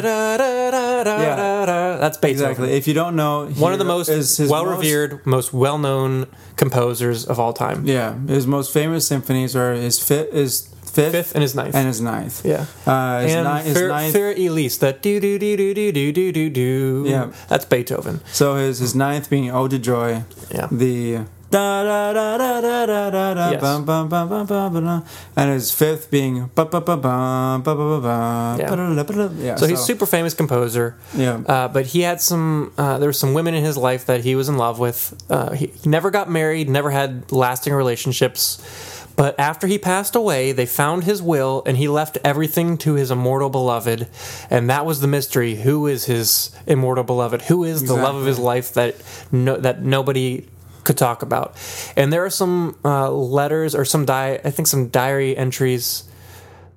Speaker 2: That's Beethoven.
Speaker 3: Exactly. If you don't know,
Speaker 2: One of the most
Speaker 3: his
Speaker 2: well revered, most well known composers of all time.
Speaker 3: most- yeah, his most famous symphonies are his fifth, his fifth,
Speaker 2: Fifth and his ninth.
Speaker 3: and his ninth.
Speaker 2: Yeah.
Speaker 3: uh, his, ni-
Speaker 2: and
Speaker 3: his
Speaker 2: Fer-
Speaker 3: ninth.
Speaker 2: Fer Elise, that do do do do do do do do do.
Speaker 3: Yeah.
Speaker 2: that's Beethoven.
Speaker 3: so his his ninth being Ode to Joy.
Speaker 2: Yeah.
Speaker 3: The da da da da da da da da
Speaker 2: Yes.
Speaker 3: bum bum bum bum bum bum, bum, and his fifth being ba ba ba ba ba ba ba ba
Speaker 2: Yeah.
Speaker 3: ba da, da, ba, da. yeah.
Speaker 2: So he's super famous composer.
Speaker 3: Yeah.
Speaker 2: uh, but he had some. Uh, there were some women in his life that he was in love with. Uh, he, he never got married, never had lasting relationships. But after he passed away, they found his will, and he left everything to his immortal beloved, and that was the mystery: who is his immortal beloved? Who is the love of his
Speaker 3: Exactly.
Speaker 2: life that no, that nobody could talk about. And there are some uh, letters or some di- I think some diary entries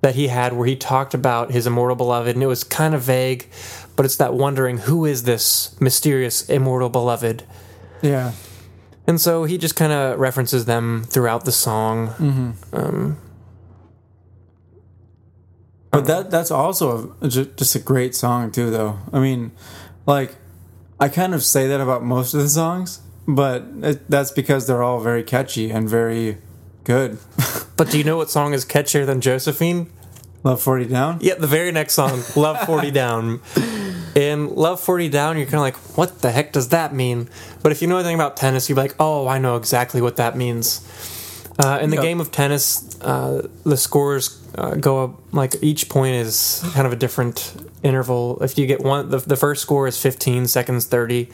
Speaker 2: that he had where he talked about his immortal beloved, and it was kind of vague, but it's that wondering who is this mysterious immortal beloved
Speaker 3: Yeah.
Speaker 2: and so he just kind of references them throughout the song.
Speaker 3: But that that's also a, ju- just a great song too, though. I mean, like I kind of say that about most of the songs, but it, that's because they're all very catchy and very good.
Speaker 2: But do you know what song is catchier than Josephine?
Speaker 3: Love Forty Down.
Speaker 2: Yeah, the very next song, Love 40 Down. In Love 40 Down, you're kind of like, what the heck does that mean? But if you know anything about tennis, you'd be like, oh, I know exactly what that means. Uh, in the
Speaker 3: Yeah.
Speaker 2: game of tennis, uh, the scores uh, go up, like each point is kind of a different interval. If you get one, the, the first score is 15, seconds 30,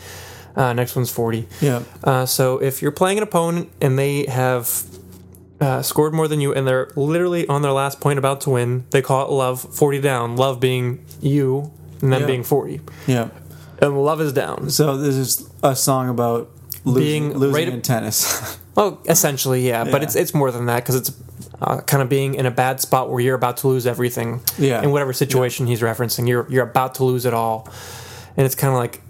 Speaker 2: uh, next one's 40.
Speaker 3: Yeah.
Speaker 2: Uh, so if you're playing an opponent and they have uh, scored more than you and they're literally on their last point about to win, they call it love 40 down. Love being you and them
Speaker 3: Yeah.
Speaker 2: being 40.
Speaker 3: Yeah.
Speaker 2: And love is down.
Speaker 3: So this is a song about losing,
Speaker 2: Being
Speaker 3: losing
Speaker 2: right-
Speaker 3: in tennis.
Speaker 2: Well, essentially, yeah, but
Speaker 3: Yeah.
Speaker 2: it's it's more than that because it's uh, kind of being in a bad spot where you're about to lose everything.
Speaker 3: Yeah.
Speaker 2: In whatever situation he's referencing, you're you're about to lose it all, and it's kind of like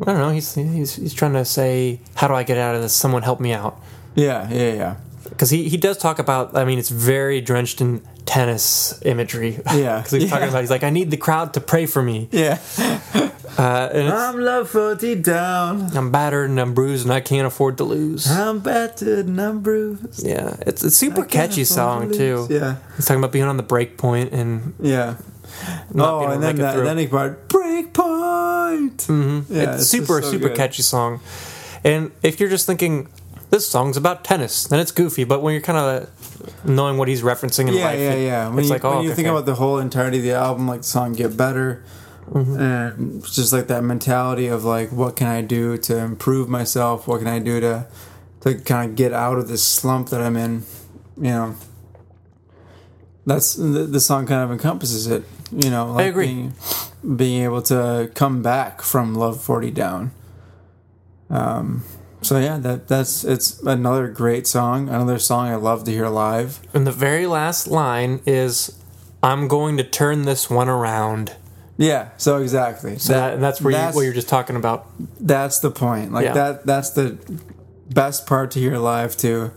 Speaker 2: I don't know. He's, he's he's trying to say, how do I get out of this? Someone help me out.
Speaker 3: yeah. Yeah. Yeah.
Speaker 2: because he, he does talk about i mean it's very drenched in tennis imagery
Speaker 3: Yeah.
Speaker 2: because he's
Speaker 3: Yeah.
Speaker 2: talking about he's like i need the crowd to pray for me
Speaker 3: Yeah.
Speaker 2: uh, and it's,
Speaker 3: I'm Love Forty Down.
Speaker 2: i'm battered and i'm bruised and i can't afford to lose
Speaker 3: I'm battered and I'm bruised.
Speaker 2: yeah it's it's super
Speaker 3: I can't
Speaker 2: catchy
Speaker 3: afford
Speaker 2: song
Speaker 3: to
Speaker 2: too
Speaker 3: lose. Yeah.
Speaker 2: he's talking about being on the break point and
Speaker 3: Yeah.
Speaker 2: not
Speaker 3: oh,
Speaker 2: being able
Speaker 3: and
Speaker 2: to
Speaker 3: then
Speaker 2: make it
Speaker 3: that,
Speaker 2: through
Speaker 3: then he part break point. Mm-hmm. Yeah,
Speaker 2: it's,
Speaker 3: just
Speaker 2: super
Speaker 3: so
Speaker 2: super
Speaker 3: good.
Speaker 2: catchy song and if you're just thinking this song's about tennis then it's goofy but when you're kind of knowing what he's referencing in
Speaker 3: Yeah,
Speaker 2: life
Speaker 3: yeah,
Speaker 2: it-
Speaker 3: yeah. When
Speaker 2: it's
Speaker 3: you,
Speaker 2: like oh
Speaker 3: when you
Speaker 2: okay,
Speaker 3: think
Speaker 2: okay.
Speaker 3: about the whole entirety of the album, like the song "Get Better,"
Speaker 2: Mm-hmm.
Speaker 3: and it's just like that mentality of like, what can I do to improve myself? What can I do to to kind of get out of this slump that I'm in? You know, that's the, the song kind of encompasses it. You know, like
Speaker 2: agree.
Speaker 3: Being, being able to come back from love forty down. Um. So yeah, that that's it's another great song, another song I love to hear live.
Speaker 2: And the very last line is, "I'm going to turn this one around."
Speaker 3: Yeah, so exactly.
Speaker 2: So that, and that's where
Speaker 3: that's,
Speaker 2: you, what you're just talking about.
Speaker 3: that's the point. Like
Speaker 2: Yeah.
Speaker 3: that that's the best part to hear live too.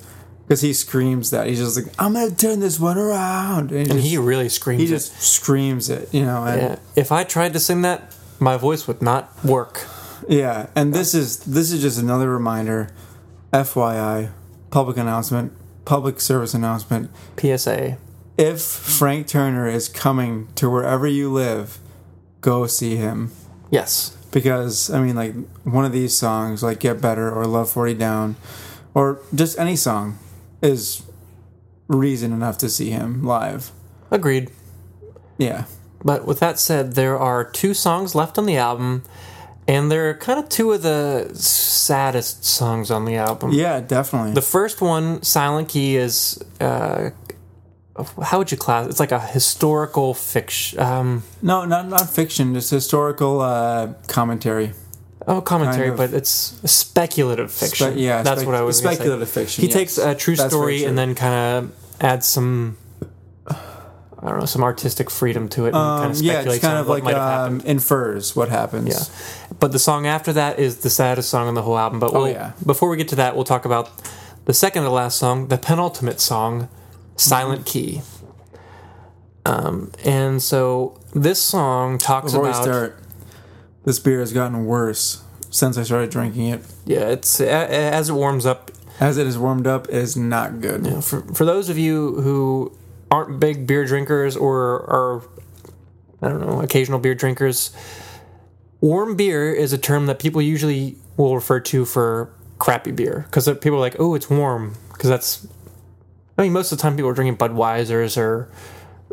Speaker 3: Because he screams that. He's just like, I'm gonna turn this one around. And,
Speaker 2: And
Speaker 3: just-
Speaker 2: he really screams.
Speaker 3: he just screams it, you know,
Speaker 2: it.
Speaker 3: and
Speaker 2: Yeah. If I tried to sing that, my voice would not work.
Speaker 3: Yeah, and this is this is just another reminder. FYI, public announcement, public service announcement.
Speaker 2: PSA.
Speaker 3: If Frank Turner is coming to wherever you live, go see him.
Speaker 2: Yes.
Speaker 3: because I mean, like one of these songs, like "Get Better" or "Love Forty Down," or just any song, is reason enough to see him live.
Speaker 2: Agreed.
Speaker 3: Yeah,
Speaker 2: But with that said, there are two songs left on the album, and they're kind of two of the saddest songs on the album.
Speaker 3: yeah, definitely.
Speaker 2: The first one, Silent Key, is uh, how would you class? It's like a historical fiction. Um,
Speaker 3: no, not not fiction, just historical uh, commentary.
Speaker 2: Oh, commentary,
Speaker 3: Kind of.
Speaker 2: but it's speculative fiction.
Speaker 3: Spe- yeah,
Speaker 2: that's
Speaker 3: spec-
Speaker 2: what I was gonna say.
Speaker 3: speculative fiction,
Speaker 2: He
Speaker 3: yes.
Speaker 2: takes a true
Speaker 3: That's very
Speaker 2: story
Speaker 3: true.
Speaker 2: and then kind of adds some, I don't know, some artistic freedom to it. And kind
Speaker 3: Um,
Speaker 2: of
Speaker 3: yeah,
Speaker 2: speculates
Speaker 3: it's kind
Speaker 2: on
Speaker 3: of
Speaker 2: what
Speaker 3: like
Speaker 2: might have
Speaker 3: um,
Speaker 2: happened.
Speaker 3: infers what happens.
Speaker 2: Yeah, but the song after that is the saddest song on the whole album. But we'll,
Speaker 3: Oh, yeah.
Speaker 2: before we get to that, we'll talk about the second to last song, the penultimate song,
Speaker 3: Mm-hmm.
Speaker 2: "Silent Key." Um, and so this song talks
Speaker 3: Before we
Speaker 2: about
Speaker 3: start, this beer has gotten worse since I started drinking it.
Speaker 2: yeah, it's a- a- as it warms up,
Speaker 3: As it is warmed up, it is not good.
Speaker 2: know, for, for those of you who aren't big beer drinkers or are, I don't know, occasional beer drinkers, warm beer is a term that people usually will refer to for crappy beer because people are like, oh, it's warm. Because that's, I mean, most of the time people are drinking Budweiser's or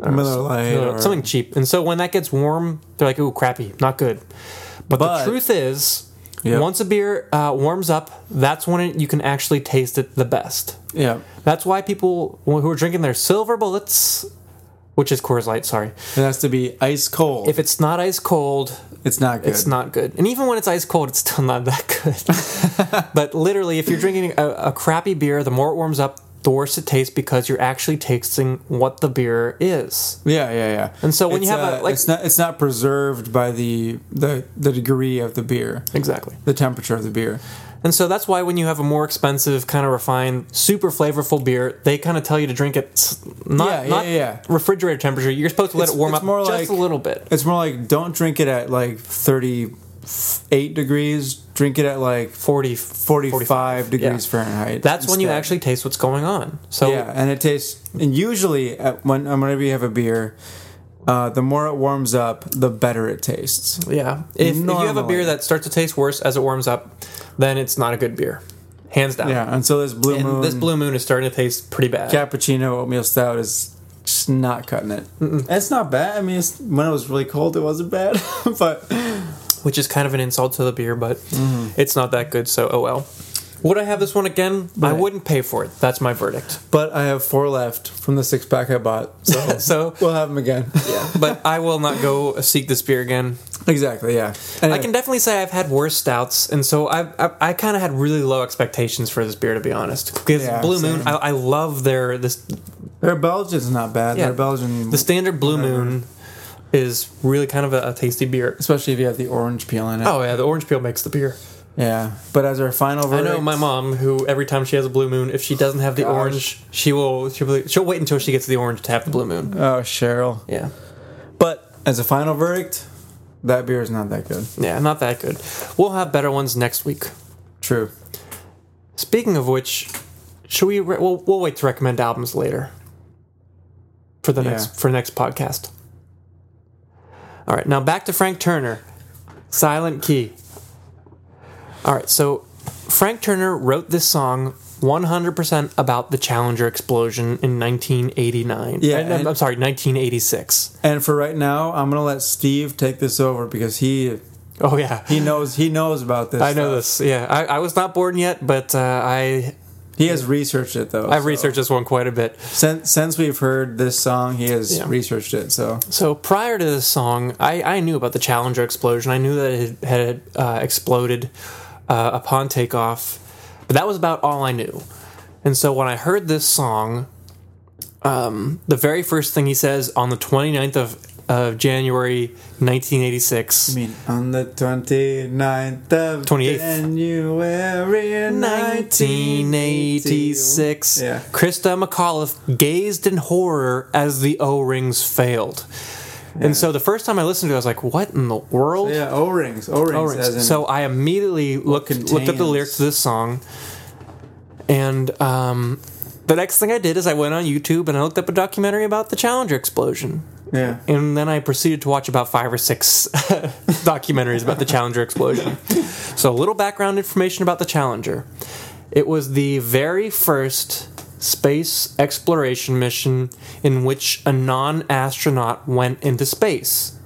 Speaker 2: I don't know,
Speaker 3: Miller Lite
Speaker 2: Miller-
Speaker 3: or-
Speaker 2: something cheap. And so when that gets warm, they're like, oh, crappy, not good. But,
Speaker 3: But-
Speaker 2: the truth is,
Speaker 3: Yep.
Speaker 2: once a beer uh, warms up, that's when it, you can actually taste it the best.
Speaker 3: Yeah,
Speaker 2: That's why people who are drinking their silver bullets, which is Coors Light, sorry,
Speaker 3: it has to be ice cold.
Speaker 2: if it's not ice cold,
Speaker 3: It's not good.
Speaker 2: It's not good. And even when it's ice cold, it's still not that good. but literally, if you're drinking a, a crappy beer, the more it warms up, the worse it tastes because you're actually tasting what the beer is.
Speaker 3: Yeah, yeah, yeah.
Speaker 2: And so when you
Speaker 3: It's, uh,
Speaker 2: have a- like-
Speaker 3: it's not it's not preserved by the the the degree of the beer,
Speaker 2: Exactly.
Speaker 3: the temperature of the beer.
Speaker 2: And so that's why when you have a more expensive, kind of refined, super flavorful beer, they kind of tell you to drink it s- not,
Speaker 3: Yeah, yeah,
Speaker 2: not
Speaker 3: yeah, yeah.
Speaker 2: refrigerator temperature. You're supposed to let
Speaker 3: It's-
Speaker 2: it warm
Speaker 3: it's
Speaker 2: up
Speaker 3: more
Speaker 2: just
Speaker 3: like-
Speaker 2: a little bit.
Speaker 3: It's more like don't drink it at like thirty eight degrees. Drink it at like
Speaker 2: 40,
Speaker 3: 45,
Speaker 2: 45, yeah.
Speaker 3: degrees Fahrenheit.
Speaker 2: That's when you
Speaker 3: instead.
Speaker 2: actually taste what's going on. So
Speaker 3: yeah, and it tastes. And usually, at when whenever you have a beer, uh, the more it warms up, the better it tastes.
Speaker 2: Yeah. If, if you have a
Speaker 3: Normally.
Speaker 2: beer that starts to taste worse as it warms up, then it's not a good beer. Hands down.
Speaker 3: Yeah, and so this blue
Speaker 2: And
Speaker 3: moon,
Speaker 2: this blue moon is starting to taste pretty bad.
Speaker 3: cappuccino oatmeal stout is just not cutting it. It's not bad. I mean, it's, when it was really cold, it wasn't bad, but
Speaker 2: Which is kind of an insult to the beer, but
Speaker 3: Mm-hmm.
Speaker 2: it's not that good, so oh well. Would I have this one again? I
Speaker 3: Right.
Speaker 2: wouldn't pay for it. That's my verdict.
Speaker 3: but I have four left from the six pack I bought, so
Speaker 2: So
Speaker 3: we'll have them again. Oh. Yeah,
Speaker 2: but I will not go seek this beer again.
Speaker 3: exactly. Yeah,
Speaker 2: I can definitely say I've had worse stouts, and so I I, I kind of had really low expectations for this beer, to be honest. Because
Speaker 3: Yeah,
Speaker 2: Blue Moon,
Speaker 3: same.
Speaker 2: I, I love their this
Speaker 3: Their Belgian's not bad.
Speaker 2: Yeah.
Speaker 3: Their Belgian,
Speaker 2: the standard Blue Moon is really kind of a, a tasty beer.
Speaker 3: especially if you have the orange peel in it.
Speaker 2: Oh yeah, the orange peel makes the beer.
Speaker 3: yeah. But as our final verdict,
Speaker 2: I know my mom, who every time she has a blue moon, if she doesn't have the
Speaker 3: Gosh.
Speaker 2: orange, she will she'll, be- she'll wait until she gets the orange to have the blue moon.
Speaker 3: Oh, Cheryl.
Speaker 2: Yeah,
Speaker 3: But as a final verdict, that beer is not that good.
Speaker 2: yeah, not that good. We'll have better ones next week.
Speaker 3: True.
Speaker 2: Speaking of which, should we? Re- we'll, we'll wait to recommend albums later for the
Speaker 3: Yeah.
Speaker 2: next for next podcast. All right, now back to Frank Turner, Silent Key. All right, so Frank Turner wrote this song 100% about the Challenger explosion in 1989.
Speaker 3: Yeah,
Speaker 2: And, I'm-
Speaker 3: and-
Speaker 2: I'm sorry, 1986.
Speaker 3: And for right now, I'm gonna let Steve take this over because he
Speaker 2: Oh yeah.
Speaker 3: he knows he knows about this.
Speaker 2: I know
Speaker 3: stuff.
Speaker 2: this. Yeah, I, I was not born yet, but uh, I
Speaker 3: He has researched it though.
Speaker 2: I've
Speaker 3: so-
Speaker 2: researched this one quite a bit.
Speaker 3: since since we've heard this song. He has
Speaker 2: Yeah.
Speaker 3: researched it. So
Speaker 2: So prior to this song, I, I knew about the Challenger explosion. I knew that it had uh, exploded uh, upon takeoff, but that was about all I knew. And so when I heard this song, um, the very first thing he says on the 29th of, of January 1986,
Speaker 3: I mean, on the 29th of
Speaker 2: 28th.
Speaker 3: January
Speaker 2: 1986,
Speaker 3: Yeah.
Speaker 2: Krista McAuliffe gazed in horror as the O-rings failed. And so the first time I listened to it, I was like, what in the world?
Speaker 3: Yeah, O rings, O rings.
Speaker 2: O-rings. so I immediately looked looked up the
Speaker 3: contains.
Speaker 2: lyrics to this song, and um, the next thing I did is I went on YouTube and I looked up a documentary about the Challenger explosion,
Speaker 3: yeah,
Speaker 2: and then I proceeded to watch about five or six documentaries about the Challenger explosion. So a little background information about the Challenger. It was the very first space exploration mission in which a non-astronaut went into space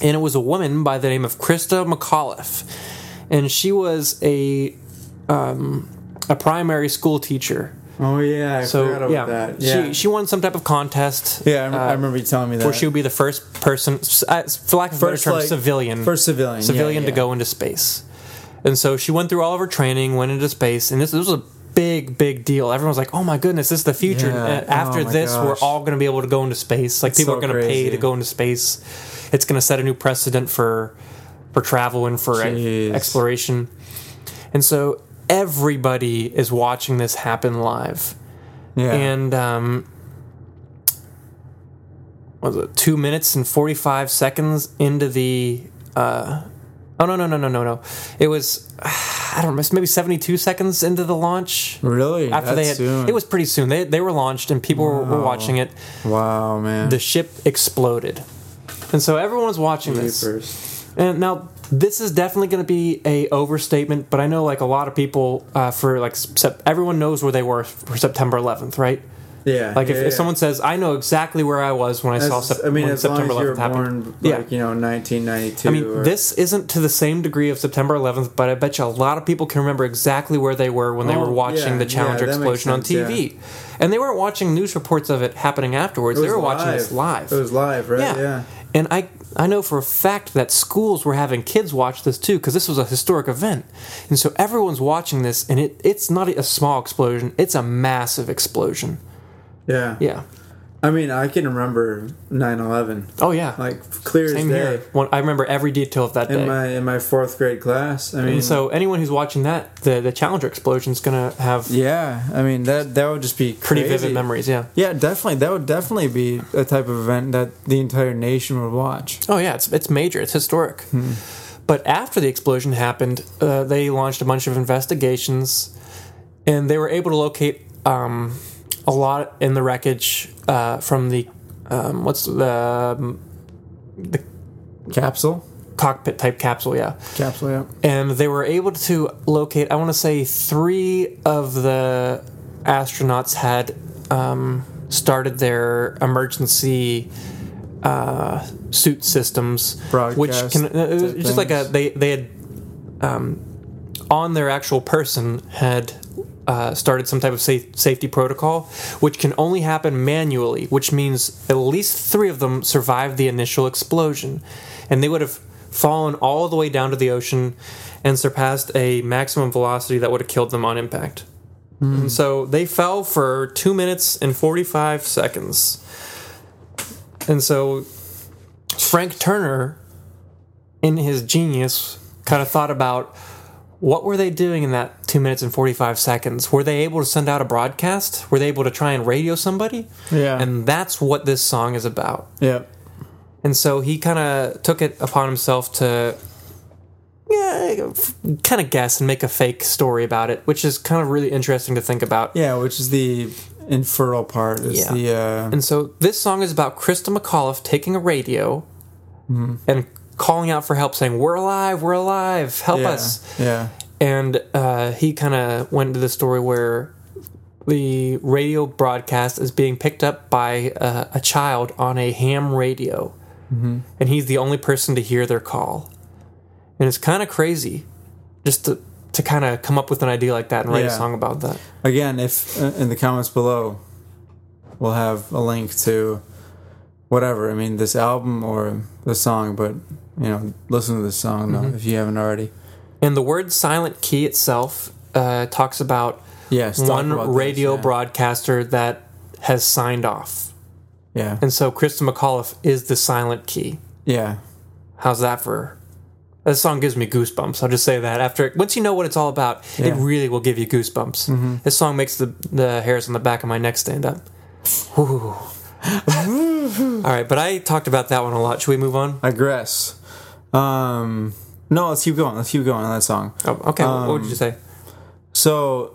Speaker 2: and it was a woman by the name of Krista McAuliffe, and she was a um, a primary school teacher.
Speaker 3: oh yeah. I
Speaker 2: So
Speaker 3: forgot about
Speaker 2: yeah,
Speaker 3: that. Yeah,
Speaker 2: she uh, she won some type of contest.
Speaker 3: yeah. I, rem- I remember you telling me that.
Speaker 2: where she would be the first person, s- uh, for lack of a better
Speaker 3: First,
Speaker 2: term,
Speaker 3: like-
Speaker 2: civilian,
Speaker 3: first civilian, yeah,
Speaker 2: civilian
Speaker 3: yeah.
Speaker 2: to go into space. And so she went through all of her training, went into space, and this, this was a big, big deal. Everyone was like, "Oh my goodness, this is the future."
Speaker 3: Yeah.
Speaker 2: And After
Speaker 3: Oh my
Speaker 2: this, we're
Speaker 3: gosh.
Speaker 2: all going to be able to go into space. Like people
Speaker 3: so
Speaker 2: are going to pay
Speaker 3: crazy.
Speaker 2: to go into space. It's going to set a new precedent for for travel and for uh,
Speaker 3: Jeez.
Speaker 2: exploration. And so everybody is watching this happen live
Speaker 3: yeah.
Speaker 2: and um, what was it two minutes and forty five seconds into the uh, oh no no no no no no it was I don't know maybe seventy two seconds into the launch
Speaker 3: really
Speaker 2: after
Speaker 3: That
Speaker 2: they had
Speaker 3: soon?
Speaker 2: it was pretty soon they they were launched and people were, were watching it
Speaker 3: wow man
Speaker 2: the ship exploded and so everyone's watching this
Speaker 3: Jeepers.
Speaker 2: and now this is definitely going to be a overstatement, but I know like a lot of people uh, for like sep- everyone knows where they were for September 11th, right?
Speaker 3: yeah
Speaker 2: Like if,
Speaker 3: yeah,
Speaker 2: if
Speaker 3: yeah.
Speaker 2: someone says, "I know exactly where I was when I saw
Speaker 3: As-
Speaker 2: Sep-
Speaker 3: I mean
Speaker 2: when
Speaker 3: as
Speaker 2: September
Speaker 3: long as you
Speaker 2: 11th
Speaker 3: were
Speaker 2: happened."
Speaker 3: born like
Speaker 2: yeah,
Speaker 3: you uh, know 1992
Speaker 2: I mean,
Speaker 3: or-
Speaker 2: this isn't to the same degree of September 11th, but I bet you a lot of people can remember exactly where they were when they
Speaker 3: Oh,
Speaker 2: were watching
Speaker 3: yeah,
Speaker 2: the Challenger
Speaker 3: yeah, that makes
Speaker 2: explosion on
Speaker 3: sense, yeah.
Speaker 2: TV, and they weren't watching news reports of it happening afterwards.
Speaker 3: It
Speaker 2: They
Speaker 3: was
Speaker 2: were watching this live.
Speaker 3: It was live, right?
Speaker 2: yeah.
Speaker 3: Yeah.
Speaker 2: and I I know for a fact that schools were having kids watch this too because this was a historic event. And so everyone's watching this, and it, it's not a small explosion, it's a massive explosion.
Speaker 3: Yeah.
Speaker 2: Yeah.
Speaker 3: I mean, I can remember 9/11
Speaker 2: Oh, yeah.
Speaker 3: like clear
Speaker 2: Same
Speaker 3: as day.
Speaker 2: here. One, I remember every detail of that
Speaker 3: In
Speaker 2: day.
Speaker 3: my in my fourth grade class, I mean,
Speaker 2: and so anyone who's watching that, the, the Challenger explosion is going to have
Speaker 3: yeah, I mean that that would just be
Speaker 2: pretty
Speaker 3: crazy.
Speaker 2: vivid memories. Yeah.
Speaker 3: Yeah, definitely. That would definitely be a type of event that the entire nation would watch.
Speaker 2: Oh yeah, it's it's major. It's historic.
Speaker 3: Hmm.
Speaker 2: But after the explosion happened, uh, they launched a bunch of investigations, and they were able to locate um, a lot in the wreckage uh, from the um, what's the um,
Speaker 3: Capsule,
Speaker 2: cockpit type capsule, yeah.
Speaker 3: capsule. Yeah.
Speaker 2: And they were able to locate. I want to say three of the astronauts had um, started their emergency uh, suit systems, which
Speaker 3: Broadcast
Speaker 2: can uh, it was
Speaker 3: type
Speaker 2: just like a
Speaker 3: things.
Speaker 2: they they had um, on their actual person had. Uh, started some type of safe, safety protocol, which can only happen manually, which means at least three of them survived the initial explosion. And they would have fallen all the way down to the ocean and surpassed a maximum velocity that would have killed them on impact. And so they fell for two minutes and 45 seconds. And so Frank Turner, in his genius, kind of thought about what were they doing in that two minutes and 45 seconds? Were they able to send out a broadcast? Were they able to try and radio somebody?
Speaker 3: Yeah.
Speaker 2: And that's what this song is about.
Speaker 3: Yep.
Speaker 2: And so he kind of took it upon himself to yeah, kind of guess and make a fake story about it, which is kind of really interesting to think about.
Speaker 3: Yeah, which is the infertile part. Is
Speaker 2: Yeah.
Speaker 3: the uh,
Speaker 2: And so this song is about Krista McAuliffe taking a radio
Speaker 3: Mm-hmm.
Speaker 2: and calling out for help, saying, We're alive, we're alive, help
Speaker 3: yeah,
Speaker 2: us.
Speaker 3: Yeah.
Speaker 2: And uh, he kind of went into the story where the radio broadcast is being picked up by uh, a child on a ham radio.
Speaker 3: Mm-hmm.
Speaker 2: And he's the only person to hear their call. And it's kind of crazy just to, to kind of come up with an idea like that and write a
Speaker 3: Yeah.
Speaker 2: song about that.
Speaker 3: Again, if uh, in the comments below, we'll have a link to whatever. I mean, this album or the song, but you know, listen to this song though,
Speaker 2: Mm-hmm.
Speaker 3: if you haven't already.
Speaker 2: And the word silent key itself uh, talks about
Speaker 3: Yes. talk about
Speaker 2: one
Speaker 3: this,
Speaker 2: radio
Speaker 3: yeah.
Speaker 2: broadcaster that has signed off.
Speaker 3: Yeah.
Speaker 2: And so Krista McAuliffe is the silent key.
Speaker 3: Yeah.
Speaker 2: How's that for? That song gives me goosebumps. I'll just say that after once you know what it's all about, it
Speaker 3: Yeah. Mm-hmm.
Speaker 2: really will give you goosebumps. This song makes the the hairs on the back of my neck stand up. Ooh. all right, but I talked about that one a lot. Should we move on?
Speaker 3: Aggress. Um. No, let's keep going. Let's keep going on that song.
Speaker 2: Oh, okay, what
Speaker 3: Um,
Speaker 2: would you say?
Speaker 3: So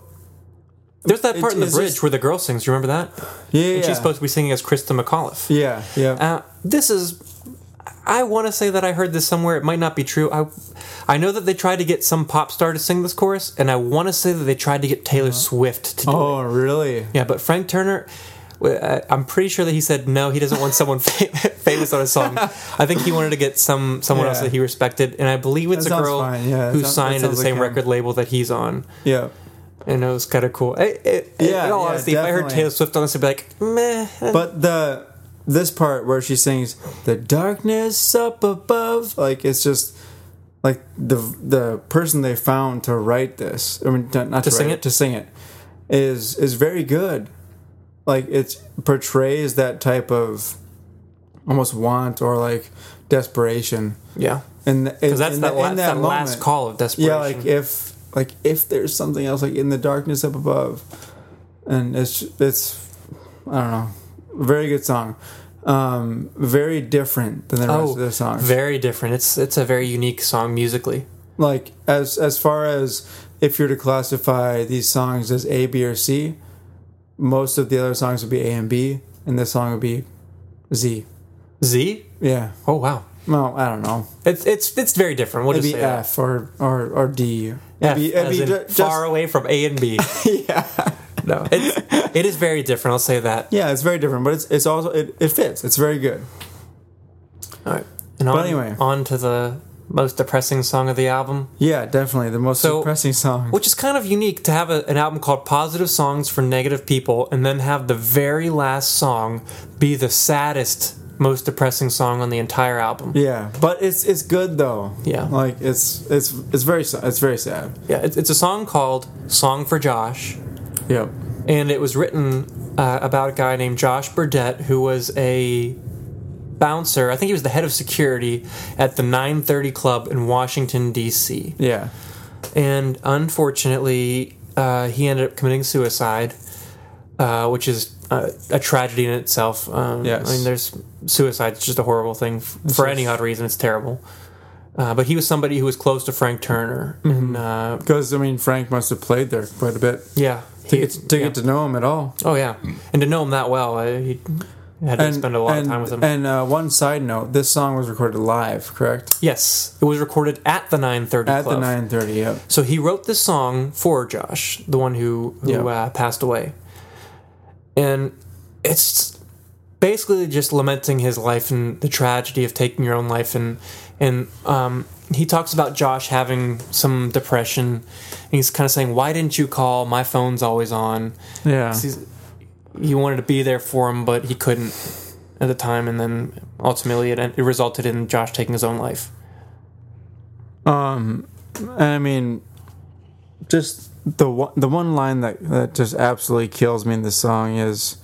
Speaker 2: There's that part
Speaker 3: it's-
Speaker 2: in the
Speaker 3: it's
Speaker 2: bridge
Speaker 3: just-
Speaker 2: where the girl sings. You remember that?
Speaker 3: yeah, yeah.
Speaker 2: And she's supposed to be singing as Krista McAuliffe.
Speaker 3: yeah, yeah.
Speaker 2: Uh, this is. I want to say that I heard this somewhere. It might not be true. I, I know that they tried to get some pop star to sing this chorus, and I want to say that they tried to get Taylor Swift to do it.
Speaker 3: Uh-huh. oh, really?
Speaker 2: Yeah, but Frank Turner, w- I- I'm pretty sure that he said no. He doesn't want someone fa- famous on his song. I think he wanted to get some someone else
Speaker 3: Yeah.
Speaker 2: that he respected, and I believe it's a
Speaker 3: That sounds
Speaker 2: girl
Speaker 3: fine, yeah, that
Speaker 2: who
Speaker 3: sounds- that
Speaker 2: signed to the
Speaker 3: sounds like
Speaker 2: same
Speaker 3: him.
Speaker 2: record label that he's on.
Speaker 3: Yeah.
Speaker 2: And it was kind of cool. I- I-
Speaker 3: Yeah,
Speaker 2: in all
Speaker 3: yeah,
Speaker 2: honesty, if I heard
Speaker 3: definitely.
Speaker 2: Taylor Swift on this, I'd be like, meh. eh."
Speaker 3: But the this part where she sings the darkness up above, like it's just like the the person they found to write this. I mean, not to,
Speaker 2: sing
Speaker 3: write
Speaker 2: it?
Speaker 3: to sing it is is very good. Like it portrays that type of almost want or like desperation.
Speaker 2: Yeah,
Speaker 3: And
Speaker 2: because that's that, la- that last call of desperation.
Speaker 3: yeah like if like if there's something else like in the darkness up above and it's it's i don't know very good song um very different than the rest
Speaker 2: Oh,
Speaker 3: of their songs
Speaker 2: Very different. It's it's a very unique song musically.
Speaker 3: like as as far as if you're to classify these songs as a b or c most of the other songs would be a and b and this song would be z
Speaker 2: Z?
Speaker 3: yeah
Speaker 2: Oh wow.
Speaker 3: well i don't know
Speaker 2: It's it's it's very different. We'll
Speaker 3: maybe
Speaker 2: just say that.
Speaker 3: f or or or d
Speaker 2: F,
Speaker 3: It'd be- it'd
Speaker 2: as
Speaker 3: be
Speaker 2: in
Speaker 3: ju- just-
Speaker 2: far away from A and B. No, it's, it is very different. I'll say that.
Speaker 3: Yeah, it's very different, but it's it's also it, it fits. It's very good.
Speaker 2: All right. And on,
Speaker 3: anyway.
Speaker 2: on to the most depressing song of the album,
Speaker 3: Yeah, definitely the most
Speaker 2: So-
Speaker 3: depressing song.
Speaker 2: which is kind of unique to have a, an album called "Positive Songs for Negative People" and then have the very last song be the saddest, most depressing song on the entire album.
Speaker 3: Yeah, but it's it's good though.
Speaker 2: Yeah.
Speaker 3: like it's it's it's very sa- it's very sad.
Speaker 2: Yeah, it's, it's a song called "Song for Josh,"
Speaker 3: Yep.
Speaker 2: and it was written uh, about a guy named Josh Burdett who was a bouncer. I think he was the head of security at the 930 Club in Washington D.C.
Speaker 3: Yeah.
Speaker 2: and unfortunately, uh, he ended up committing suicide, uh, which is uh, a tragedy in itself. Um,
Speaker 3: Yes.
Speaker 2: I mean, there's suicide's just a horrible thing f- for any odd reason. It's terrible. Uh, but he was somebody who was close to Frank Turner, and uh,
Speaker 3: Because I mean, Frank must have played there quite a bit
Speaker 2: yeah,
Speaker 3: to
Speaker 2: he-
Speaker 3: get to,
Speaker 2: yeah.
Speaker 3: get to know him at all.
Speaker 2: oh yeah, and to know him that well, uh, he had to spend a lot of
Speaker 3: and,
Speaker 2: time with him.
Speaker 3: And uh, one side note: this song was recorded live, correct?
Speaker 2: yes, it was recorded at the 930
Speaker 3: At
Speaker 2: Club.
Speaker 3: the nine thirty. Yep.
Speaker 2: So he wrote this song for Josh, the one who who
Speaker 3: Yeah.
Speaker 2: uh, passed away, and it's basically just lamenting his life and the tragedy of taking your own life, and and um, he talks about Josh having some depression, and he's kind of saying, "Why didn't you call? My phone's always on."
Speaker 3: Yeah.
Speaker 2: He's, he wanted to be there for him, but he couldn't at the time, and then ultimately it, it resulted in Josh taking his own life.
Speaker 3: I mean, just the one, the one line that that just absolutely kills me in this song is,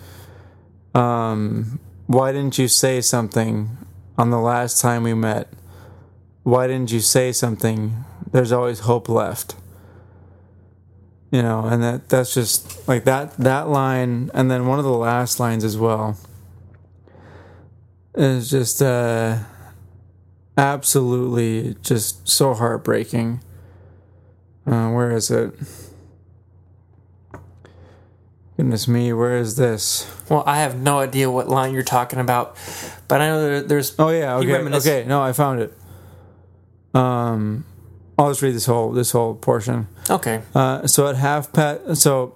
Speaker 3: um, why didn't you say something on the last time we met? Why didn't you say something? There's always hope left. You know, and that that's just like that that line, and then one of the last lines as well is just uh, absolutely just so heartbreaking. Uh, where is it? Goodness me, where is this?
Speaker 2: Well, I have no idea what line you're talking about, but I know there, there's.
Speaker 3: Oh yeah,
Speaker 2: He
Speaker 3: okay,
Speaker 2: reminisce-
Speaker 3: okay. No, I found it. Um, I'll just read this whole this whole portion.
Speaker 2: Okay.
Speaker 3: Uh, so at half past, so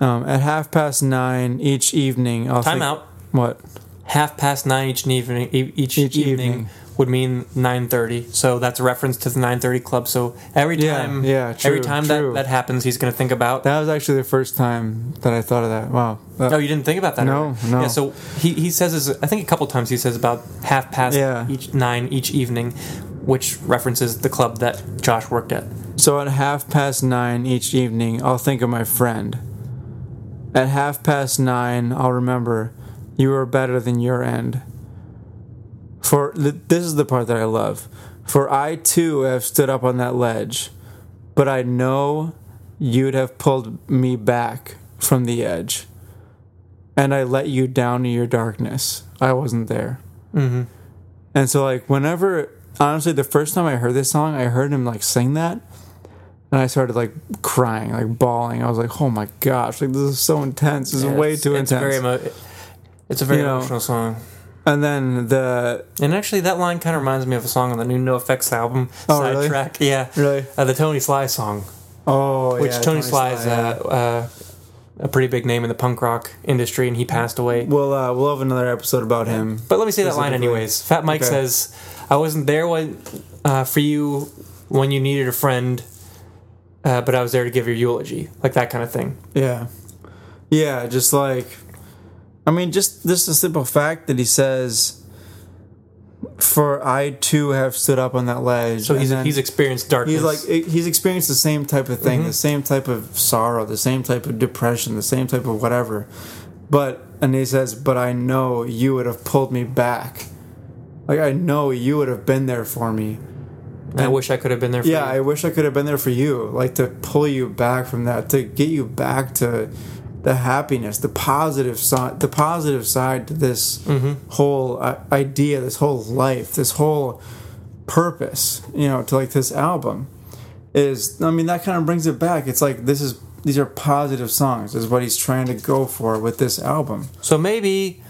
Speaker 3: um, at half past nine each evening, I'll
Speaker 2: Time
Speaker 3: think-
Speaker 2: out.
Speaker 3: What?
Speaker 2: Half past nine each evening. e- Each,
Speaker 3: Each
Speaker 2: evening,
Speaker 3: evening.
Speaker 2: would mean nine thirty. So that's a reference to the nine thirty club. So every
Speaker 3: Yeah,
Speaker 2: time,
Speaker 3: yeah, true,
Speaker 2: every time
Speaker 3: true.
Speaker 2: that that happens, he's going to think about.
Speaker 3: That was actually the first time that I thought of that. Wow. Uh, That-
Speaker 2: oh, you didn't think about that.
Speaker 3: No,
Speaker 2: earlier.
Speaker 3: no.
Speaker 2: Yeah. So he he says is I think a couple times he says about half past
Speaker 3: Yeah.
Speaker 2: each nine each evening, which references the club that Josh worked at.
Speaker 3: So at half past nine each evening, I'll think of my friend. At half past nine, I'll remember you were better than your end. For th- this is the part that I love. For I too have stood up on that ledge, but I know you'd have pulled me back from the edge. And I let you down to your darkness. I wasn't there.
Speaker 2: Mm-hmm.
Speaker 3: And so, like, whenever, honestly, the first time I heard this song, I heard him, like, sing that. And I started, like, crying, like, bawling. I was like, oh my gosh, like, this is so intense. This is
Speaker 2: Yeah,
Speaker 3: way
Speaker 2: it's-
Speaker 3: too
Speaker 2: it's
Speaker 3: intense.
Speaker 2: Very emo- it's a very
Speaker 3: You know.
Speaker 2: emotional song.
Speaker 3: and then the,
Speaker 2: And actually, that line kind of reminds me of a song on the new No Effects album,
Speaker 3: Oh,
Speaker 2: side
Speaker 3: really?
Speaker 2: track. Yeah,
Speaker 3: Really?
Speaker 2: uh, the Tony Sly song,
Speaker 3: oh,
Speaker 2: which
Speaker 3: yeah,
Speaker 2: Tony, Sly is
Speaker 3: Sly, yeah.
Speaker 2: uh, uh, a pretty big name in the punk rock industry, and he passed away.
Speaker 3: We'll, uh, we'll have another episode about him.
Speaker 2: But let me say that line
Speaker 3: Specifically.
Speaker 2: anyways. Fat Mike
Speaker 3: Okay.
Speaker 2: says, "I wasn't there when uh, for you when you needed a friend, uh, but I was there to give your eulogy, like that kind of thing."
Speaker 3: Yeah. Yeah, just like I mean, just just the simple fact that he says for I too have stood up on that ledge.
Speaker 2: So he's
Speaker 3: and then
Speaker 2: he's Mm-hmm. experienced darkness.
Speaker 3: he's like he's experienced the same type of thing, the same type of sorrow, the same type of depression, the same type of whatever. But and he says, "But I know you would have pulled me back. Like I know you would have been there for me."
Speaker 2: "I wish I could have been there." for
Speaker 3: Yeah,
Speaker 2: you."
Speaker 3: I wish I could have been there for you, like to pull you back from that, to get you back to the happiness, the positive side, the positive side to this whole uh, idea, this whole life, this whole purpose, you know, to like this album is I mean that kind of brings it back. It's like this is these are positive songs is what he's trying to go for with this album.
Speaker 2: So maybe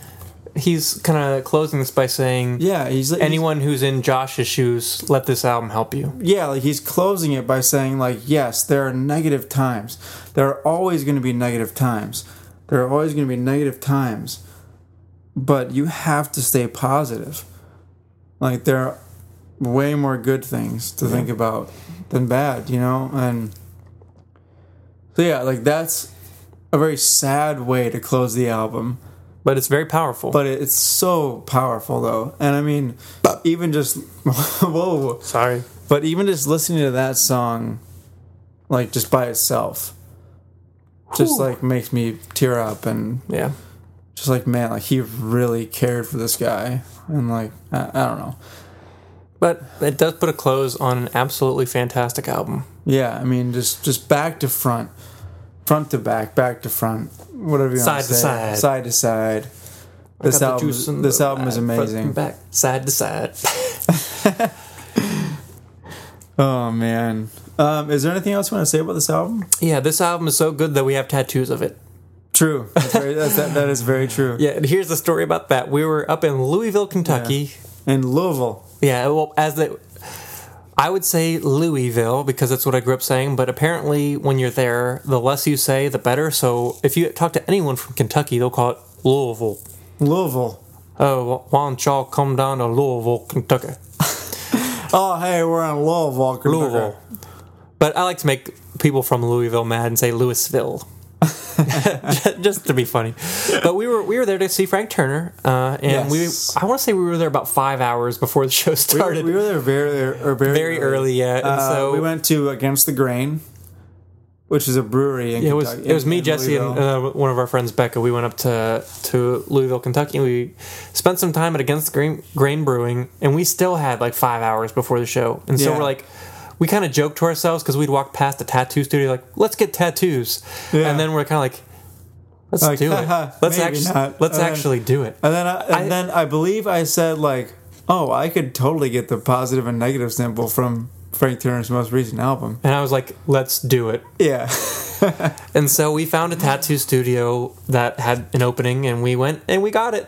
Speaker 2: he's kind of closing this by saying,
Speaker 3: Yeah, he's he's-
Speaker 2: anyone who's in Josh's shoes, let this album help you.
Speaker 3: yeah, like he's closing it by saying like, yes, there are negative times. There are always going to be negative times. There are always going to be negative times. But you have to stay positive. Like there are way more good things to think about than bad, you know? And so yeah, like that's a very sad way to close the album.
Speaker 2: but it's very powerful.
Speaker 3: But it's so powerful though, and I mean, even just whoa.
Speaker 2: Sorry.
Speaker 3: But even just listening to that song, like just by itself, just
Speaker 2: Whew.
Speaker 3: like makes me tear up and
Speaker 2: Yeah.
Speaker 3: just like man, like he really cared for this guy, and like I, I don't know.
Speaker 2: But it does put a close on an absolutely fantastic album.
Speaker 3: Yeah, I mean just just back to front, front to back, back to front, whatever you
Speaker 2: Side
Speaker 3: want
Speaker 2: to
Speaker 3: to say,
Speaker 2: side.
Speaker 3: side to side.
Speaker 2: Got
Speaker 3: This
Speaker 2: the
Speaker 3: album,
Speaker 2: juice in
Speaker 3: this
Speaker 2: the
Speaker 3: album is
Speaker 2: back, front and
Speaker 3: amazing.
Speaker 2: Back side to side.
Speaker 3: Oh man, um, is there anything else you want to say about this album?
Speaker 2: yeah, this album is so good that we have tattoos of it.
Speaker 3: True. That's very, that's, that, that is very true.
Speaker 2: Yeah, and here's the story about that. We were up in Louisville, Kentucky.
Speaker 3: And Louisville.
Speaker 2: Yeah, well, as the I would say Louisville because that's what I grew up saying, but apparently when you're there, the less you say, the better. So if you talk to anyone from Kentucky, they'll call it Louisville.
Speaker 3: Louisville.
Speaker 2: Oh, why don't y'all come down to Louisville, Kentucky?
Speaker 3: Oh, hey, we're in Louisville. Kentucky.
Speaker 2: Louisville. But I like to make people from Louisville mad and say Louisville. just to be funny, but we were we were there to see Frank Turner, uh, and
Speaker 3: Yes.
Speaker 2: we I want to say we were there about five hours before the show
Speaker 3: We were,
Speaker 2: started.
Speaker 3: we were there very, or very,
Speaker 2: Very early, yeah, and
Speaker 3: Uh,
Speaker 2: so-
Speaker 3: we went to Against the Grain, which is a brewery. In
Speaker 2: Yeah, it was
Speaker 3: Kentucky-
Speaker 2: it was
Speaker 3: in-
Speaker 2: me,
Speaker 3: in
Speaker 2: Jesse, and
Speaker 3: Louisville.
Speaker 2: uh, one of our friends, Becca. We went up to to Louisville, Kentucky. and We spent some time at Against Grain, Grain Brewing, and we still had like five hours before the show. And so
Speaker 3: Yeah.
Speaker 2: we're like, we kind of joked to ourselves because we'd walk past a tattoo studio, like, let's get tattoos,
Speaker 3: Yeah.
Speaker 2: and then we're kind of like, let's
Speaker 3: Like,
Speaker 2: do it.
Speaker 3: haha,
Speaker 2: Let's
Speaker 3: maybe
Speaker 2: actually
Speaker 3: not. Uh,
Speaker 2: let's
Speaker 3: And then-
Speaker 2: actually do it.
Speaker 3: and then, I, and
Speaker 2: I-
Speaker 3: then I believe I said like, "Oh, I could totally get the positive and negative symbol from Frank Turner's most recent album."
Speaker 2: And I was like, let's do it.
Speaker 3: Yeah,
Speaker 2: And so we found a tattoo studio that had an opening, and we went and we got it.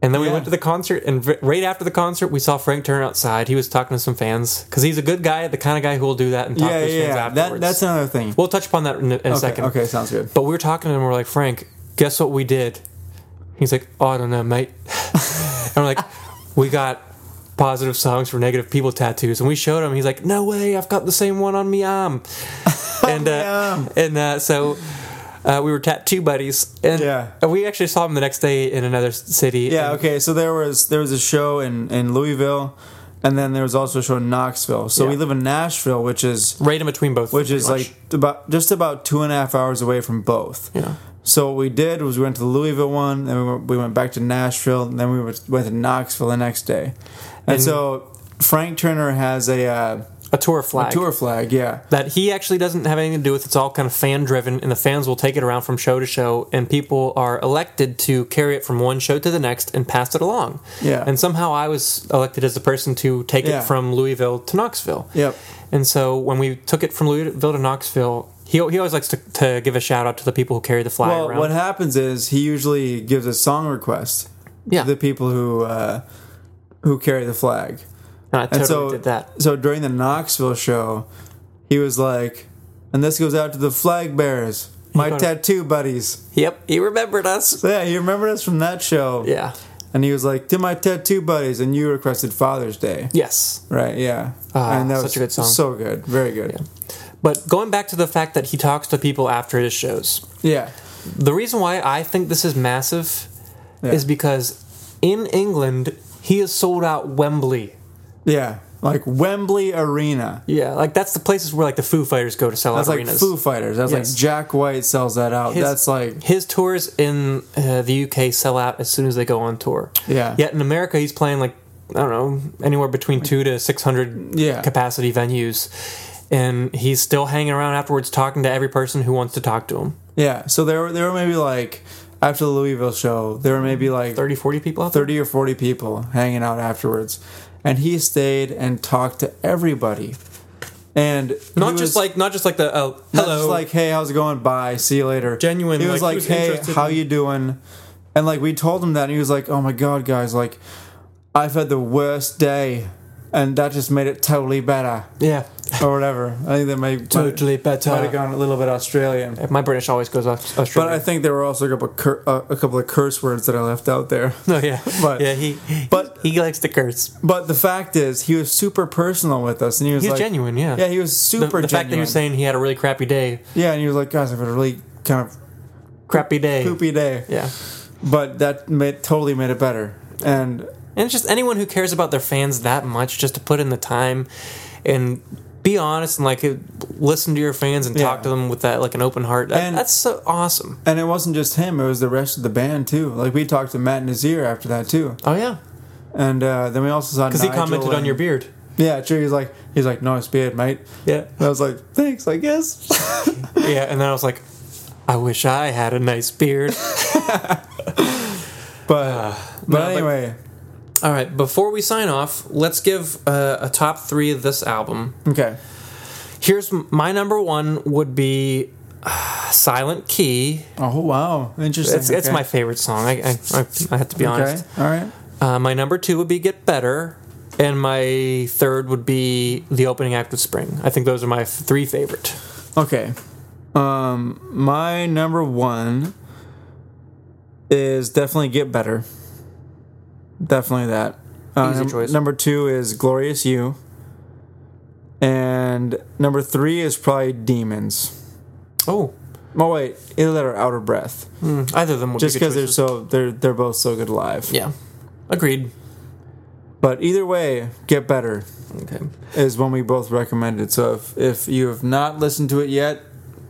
Speaker 2: And then we
Speaker 3: Yeah.
Speaker 2: went to the concert, and v- right after the concert, we saw Frank Turner outside. He was talking to some fans because he's a good guy, the kind of guy who will do that and talk
Speaker 3: yeah,
Speaker 2: to his fans
Speaker 3: yeah.
Speaker 2: afterwards.
Speaker 3: That, that's another thing.
Speaker 2: we'll touch upon that in a, in a
Speaker 3: okay,
Speaker 2: second.
Speaker 3: okay, sounds good.
Speaker 2: But we were talking to him. We're like, Frank, guess what we did? He's like, oh, I don't know, mate. and we're like, we got positive songs for negative people tattoos, and we showed him. He's like, no way, I've got the same one on me arm.
Speaker 3: Oh,
Speaker 2: and uh, and uh, so. Uh, we were tattoo buddies, and
Speaker 3: Yeah.
Speaker 2: we actually saw him the next day in another s- city.
Speaker 3: Yeah,
Speaker 2: and
Speaker 3: okay. So there was there was a show in in Louisville, and then there was also a show in Knoxville. So we
Speaker 2: Yeah.
Speaker 3: live in Nashville, which is
Speaker 2: right in between both,
Speaker 3: which is
Speaker 2: pretty
Speaker 3: like about just about two and a half hours away from both.
Speaker 2: much. yeah,
Speaker 3: So what we did was we went to the Louisville one, and we went, we went back to Nashville, and then we went went to Knoxville the next day. And,
Speaker 2: And-
Speaker 3: so Frank Turner has a, uh,
Speaker 2: a tour flag.
Speaker 3: a tour flag, yeah.
Speaker 2: that he actually doesn't have anything to do with. It's all kind of fan driven, and the fans will take it around from show to show, and people are elected to carry it from one show to the next and pass it along.
Speaker 3: Yeah.
Speaker 2: And somehow I was elected as the person to take
Speaker 3: Yeah.
Speaker 2: it from Louisville to Knoxville.
Speaker 3: Yep.
Speaker 2: And so when we took it from Louisville to Knoxville, he, he always likes to, to give a shout out to the people who carry the flag
Speaker 3: Well,
Speaker 2: around.
Speaker 3: what happens is he usually gives a song request
Speaker 2: yeah.
Speaker 3: to the people who uh, who carry the flag.
Speaker 2: and I totally
Speaker 3: And so,
Speaker 2: did that.
Speaker 3: so during the Knoxville show, he was like, and this goes out to the flag bearers, my
Speaker 2: got it.
Speaker 3: tattoo buddies.
Speaker 2: Yep. He remembered us.
Speaker 3: So yeah, he remembered us from that show.
Speaker 2: Yeah.
Speaker 3: And he was like, to my tattoo buddies, and you requested Father's Day.
Speaker 2: Yes.
Speaker 3: Right, yeah.
Speaker 2: Ah,
Speaker 3: and
Speaker 2: such a good song.
Speaker 3: So good. Very good.
Speaker 2: But going back to the fact that he talks to people after his shows.
Speaker 3: Yeah.
Speaker 2: The reason why I think this is massive is because in England he has sold out Wembley.
Speaker 3: Yeah. Like Wembley Arena.
Speaker 2: Yeah, like that's the places where like the Foo Fighters go to sell
Speaker 3: That's
Speaker 2: out
Speaker 3: like
Speaker 2: arenas.
Speaker 3: Foo Fighters. That's
Speaker 2: Yes.
Speaker 3: like Jack White sells that out.
Speaker 2: His-
Speaker 3: That's like
Speaker 2: his tours in uh, the UK sell out as soon as they go on tour.
Speaker 3: Yeah.
Speaker 2: Yet in America he's playing like I don't know anywhere between two to six hundred
Speaker 3: Yeah.
Speaker 2: capacity venues, and he's still hanging around afterwards talking to every person who wants to talk to him.
Speaker 3: yeah. So there were there were maybe like after the Louisville show, there were maybe like
Speaker 2: 30, 40 people out there.
Speaker 3: 30 or 40 people hanging out afterwards. And he stayed and talked to everybody. And
Speaker 2: Not
Speaker 3: he
Speaker 2: just
Speaker 3: was-
Speaker 2: like not just like the uh, hello.
Speaker 3: not just like, hey, how's it going? Bye, see you later.
Speaker 2: Genuine,
Speaker 3: He was
Speaker 2: like,
Speaker 3: like,
Speaker 2: he was
Speaker 3: hey,
Speaker 2: interested
Speaker 3: how
Speaker 2: in-
Speaker 3: you doing? And like we told him that, and he was like, oh my god, guys, like I've had the worst day, and that just made it totally better
Speaker 2: yeah,
Speaker 3: or whatever. I think that might
Speaker 2: totally better.
Speaker 3: might have gone a little bit Australian.
Speaker 2: My British always goes off.
Speaker 3: But I
Speaker 2: Australian.
Speaker 3: think there were also a couple, cur- uh, a couple of curse words that I left out there.
Speaker 2: no, yeah,
Speaker 3: but-
Speaker 2: yeah, he,
Speaker 3: but-
Speaker 2: he likes to curse.
Speaker 3: But the fact is, he was super personal with us, and he was,
Speaker 2: He's
Speaker 3: like,
Speaker 2: genuine, yeah.
Speaker 3: Yeah, he was
Speaker 2: The,
Speaker 3: super
Speaker 2: the
Speaker 3: genuine.
Speaker 2: fact that you're saying he had a really crappy day,
Speaker 3: yeah, and he was like, guys, I've had a really kind of
Speaker 2: crappy day,
Speaker 3: poopy day.
Speaker 2: yeah,
Speaker 3: but that made, totally made it better. And
Speaker 2: And it's just anyone who cares about their fans that much just to put in the time and be honest and like listen to your fans and talk
Speaker 3: Yeah.
Speaker 2: to them with that like an open heart. That,
Speaker 3: And-
Speaker 2: that's so awesome.
Speaker 3: and it wasn't just him; it was the rest of the band too. Like we talked to Matt Nazir after that too,
Speaker 2: Oh yeah,
Speaker 3: and uh, then we also saw
Speaker 2: because he commented on your beard.
Speaker 3: Yeah, true. He's like, he's like, nice beard, mate.
Speaker 2: Yeah,
Speaker 3: And I was like, thanks, I guess.
Speaker 2: yeah, and then I was like, I wish I had a nice beard.
Speaker 3: But
Speaker 2: Uh, no,
Speaker 3: but
Speaker 2: but-
Speaker 3: anyway,
Speaker 2: All right, before we sign off, let's give uh, a top three of this album.
Speaker 3: okay,
Speaker 2: Here's my number one would be uh, Silent Key.
Speaker 3: Oh wow, interesting.
Speaker 2: It's, it's my favorite song. I, I, I, I have to be honest.
Speaker 3: Okay, all right.
Speaker 2: Uh, my number two would be Get Better, and my third would be the opening act with Spring. I think those are my f- three favorite.
Speaker 3: Okay. Um, my number one is definitely Get Better. Definitely that. Uh,
Speaker 2: Easy
Speaker 3: num-
Speaker 2: choice.
Speaker 3: Number two is Glorious You. And number three is probably Demons.
Speaker 2: Oh,
Speaker 3: Oh wait, either that or Outer Breath.
Speaker 2: either of them would
Speaker 3: Just
Speaker 2: be good
Speaker 3: because they're
Speaker 2: choices.
Speaker 3: so they're they're both so good live.
Speaker 2: yeah, agreed.
Speaker 3: But either way, Get Better
Speaker 2: Okay,
Speaker 3: is one we both recommended. So if if you have not listened to it yet,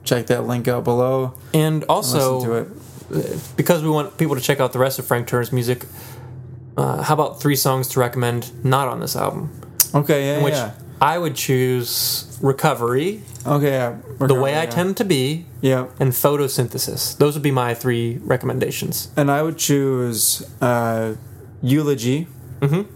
Speaker 3: check that link out below.
Speaker 2: and
Speaker 3: Listen
Speaker 2: also
Speaker 3: to it.
Speaker 2: because we want people to check out the rest of Frank Turner's music, uh, how about three songs to recommend not on this album?
Speaker 3: Okay, yeah,
Speaker 2: Which
Speaker 3: yeah.
Speaker 2: I would choose Recovery,
Speaker 3: Okay, yeah.
Speaker 2: The Way I
Speaker 3: yeah.
Speaker 2: Tend to Be,
Speaker 3: Yeah,
Speaker 2: and Photosynthesis. Those would be my three recommendations.
Speaker 3: and I would choose uh, Eulogy. Mm-hmm.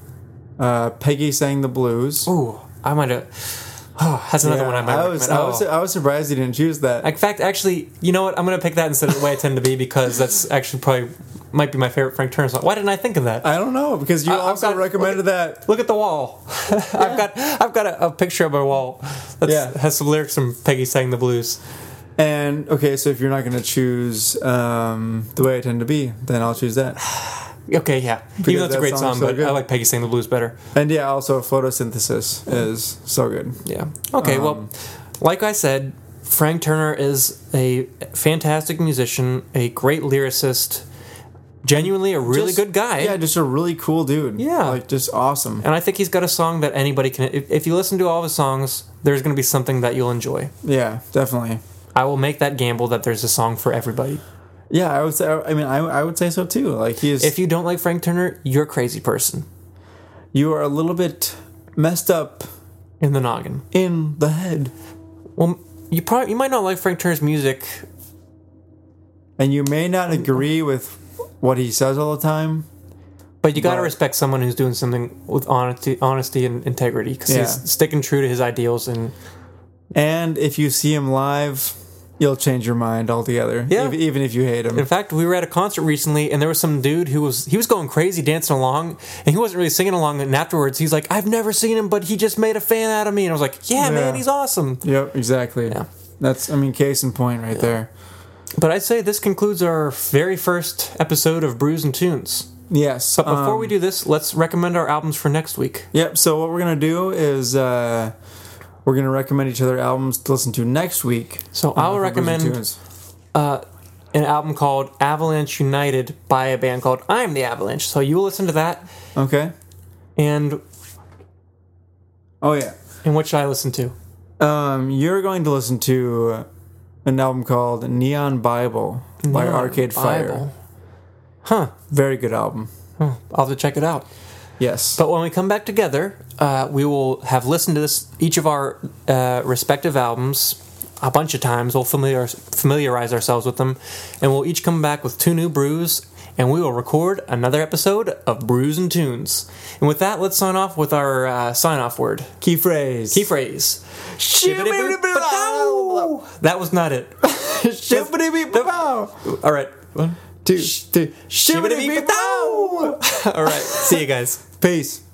Speaker 3: Uh, Peggy sang the blues.
Speaker 2: Ooh, I might have. Oh, that's another
Speaker 3: Yeah,
Speaker 2: one I might
Speaker 3: I
Speaker 2: recommend.
Speaker 3: was, I was
Speaker 2: Oh.
Speaker 3: I was surprised you didn't choose that.
Speaker 2: In fact, actually, you know what? I'm going to pick that instead of the way I tend to be because that's actually probably might be my favorite Frank Turner song. Why didn't I think of that?
Speaker 3: I don't know because you
Speaker 2: I- I've
Speaker 3: also
Speaker 2: got-
Speaker 3: recommended that.
Speaker 2: Look at the wall. I've got I've got a, a picture of my wall that
Speaker 3: Yeah.
Speaker 2: has some lyrics from Peggy sang the blues.
Speaker 3: And okay, so if you're not going to choose um, the way I tend to be, then I'll choose that.
Speaker 2: Okay, yeah. Even though it's a
Speaker 3: that
Speaker 2: great
Speaker 3: song's
Speaker 2: song,
Speaker 3: so
Speaker 2: but
Speaker 3: good.
Speaker 2: I like Peggy sang the blues better.
Speaker 3: And yeah, also photosynthesis is so good.
Speaker 2: Yeah. Okay,
Speaker 3: Um,
Speaker 2: well, like I said, Frank Turner is a fantastic musician, a great lyricist, genuinely a really
Speaker 3: Just-
Speaker 2: good guy.
Speaker 3: Yeah, just a really cool dude.
Speaker 2: Yeah.
Speaker 3: like just awesome.
Speaker 2: And I think he's got a song that anybody can. If, if you listen to all of his songs, there's going to be something that you'll enjoy.
Speaker 3: Yeah, definitely.
Speaker 2: I will make that gamble that there's a song for everybody.
Speaker 3: Yeah, I would say. I mean, I, I would say so too. Like he is.
Speaker 2: If you don't like Frank Turner, you're a crazy person
Speaker 3: you are a little bit messed up
Speaker 2: in the noggin.
Speaker 3: in the head
Speaker 2: Well, you probably you might not like Frank Turner's music.
Speaker 3: and you may not agree with what he says all the time
Speaker 2: But you got to
Speaker 3: Right.
Speaker 2: respect someone who's doing something with honesty, honesty and integrity because
Speaker 3: Yeah.
Speaker 2: he's sticking true to his ideals. And
Speaker 3: and if you see him live you'll change your mind altogether
Speaker 2: Yeah.
Speaker 3: ev- even if you hate
Speaker 2: in
Speaker 3: him
Speaker 2: fact, we were at a concert recently, and there was some dude who was he was going crazy dancing along, and he wasn't really singing along. And afterwards, he's like, "I've never seen him, but he just made a fan out of me." And I was like, "Yeah, man,
Speaker 3: Yeah.
Speaker 2: he's awesome."
Speaker 3: yep exactly
Speaker 2: Yeah.
Speaker 3: that's i mean case in point right there
Speaker 2: But I'd say this concludes our very first episode of Brews and Tunes.
Speaker 3: yes um,
Speaker 2: But before we do this, let's recommend our albums for next week.
Speaker 3: yep so what we're gonna do is uh we're gonna recommend each other albums to listen to next week
Speaker 2: So I'll
Speaker 3: Uh, for Blues and
Speaker 2: recommend
Speaker 3: Tunes.
Speaker 2: an album called Avalanche United by a band called I'm the Avalanche. So you will listen to that
Speaker 3: okay
Speaker 2: and
Speaker 3: oh yeah
Speaker 2: and what should I listen to?
Speaker 3: Um, you're going to listen to an album called Neon Bible by
Speaker 2: Neon
Speaker 3: Arcade Fire.
Speaker 2: Bible. Huh.
Speaker 3: Very good album.
Speaker 2: Huh. I'll have to check it out.
Speaker 3: Yes.
Speaker 2: But when we come back together, uh, we will have listened to this each of our uh, respective albums a bunch of times. We'll familiar, familiarize ourselves with them, and we'll each come back with two new brews, and we will record another episode of Brews and Tunes. And with that, let's sign off with our uh, sign off word
Speaker 3: key phrase.
Speaker 2: key phrase. That was not it. All right.
Speaker 3: Two, two.
Speaker 2: All right. See you guys.
Speaker 3: Peace.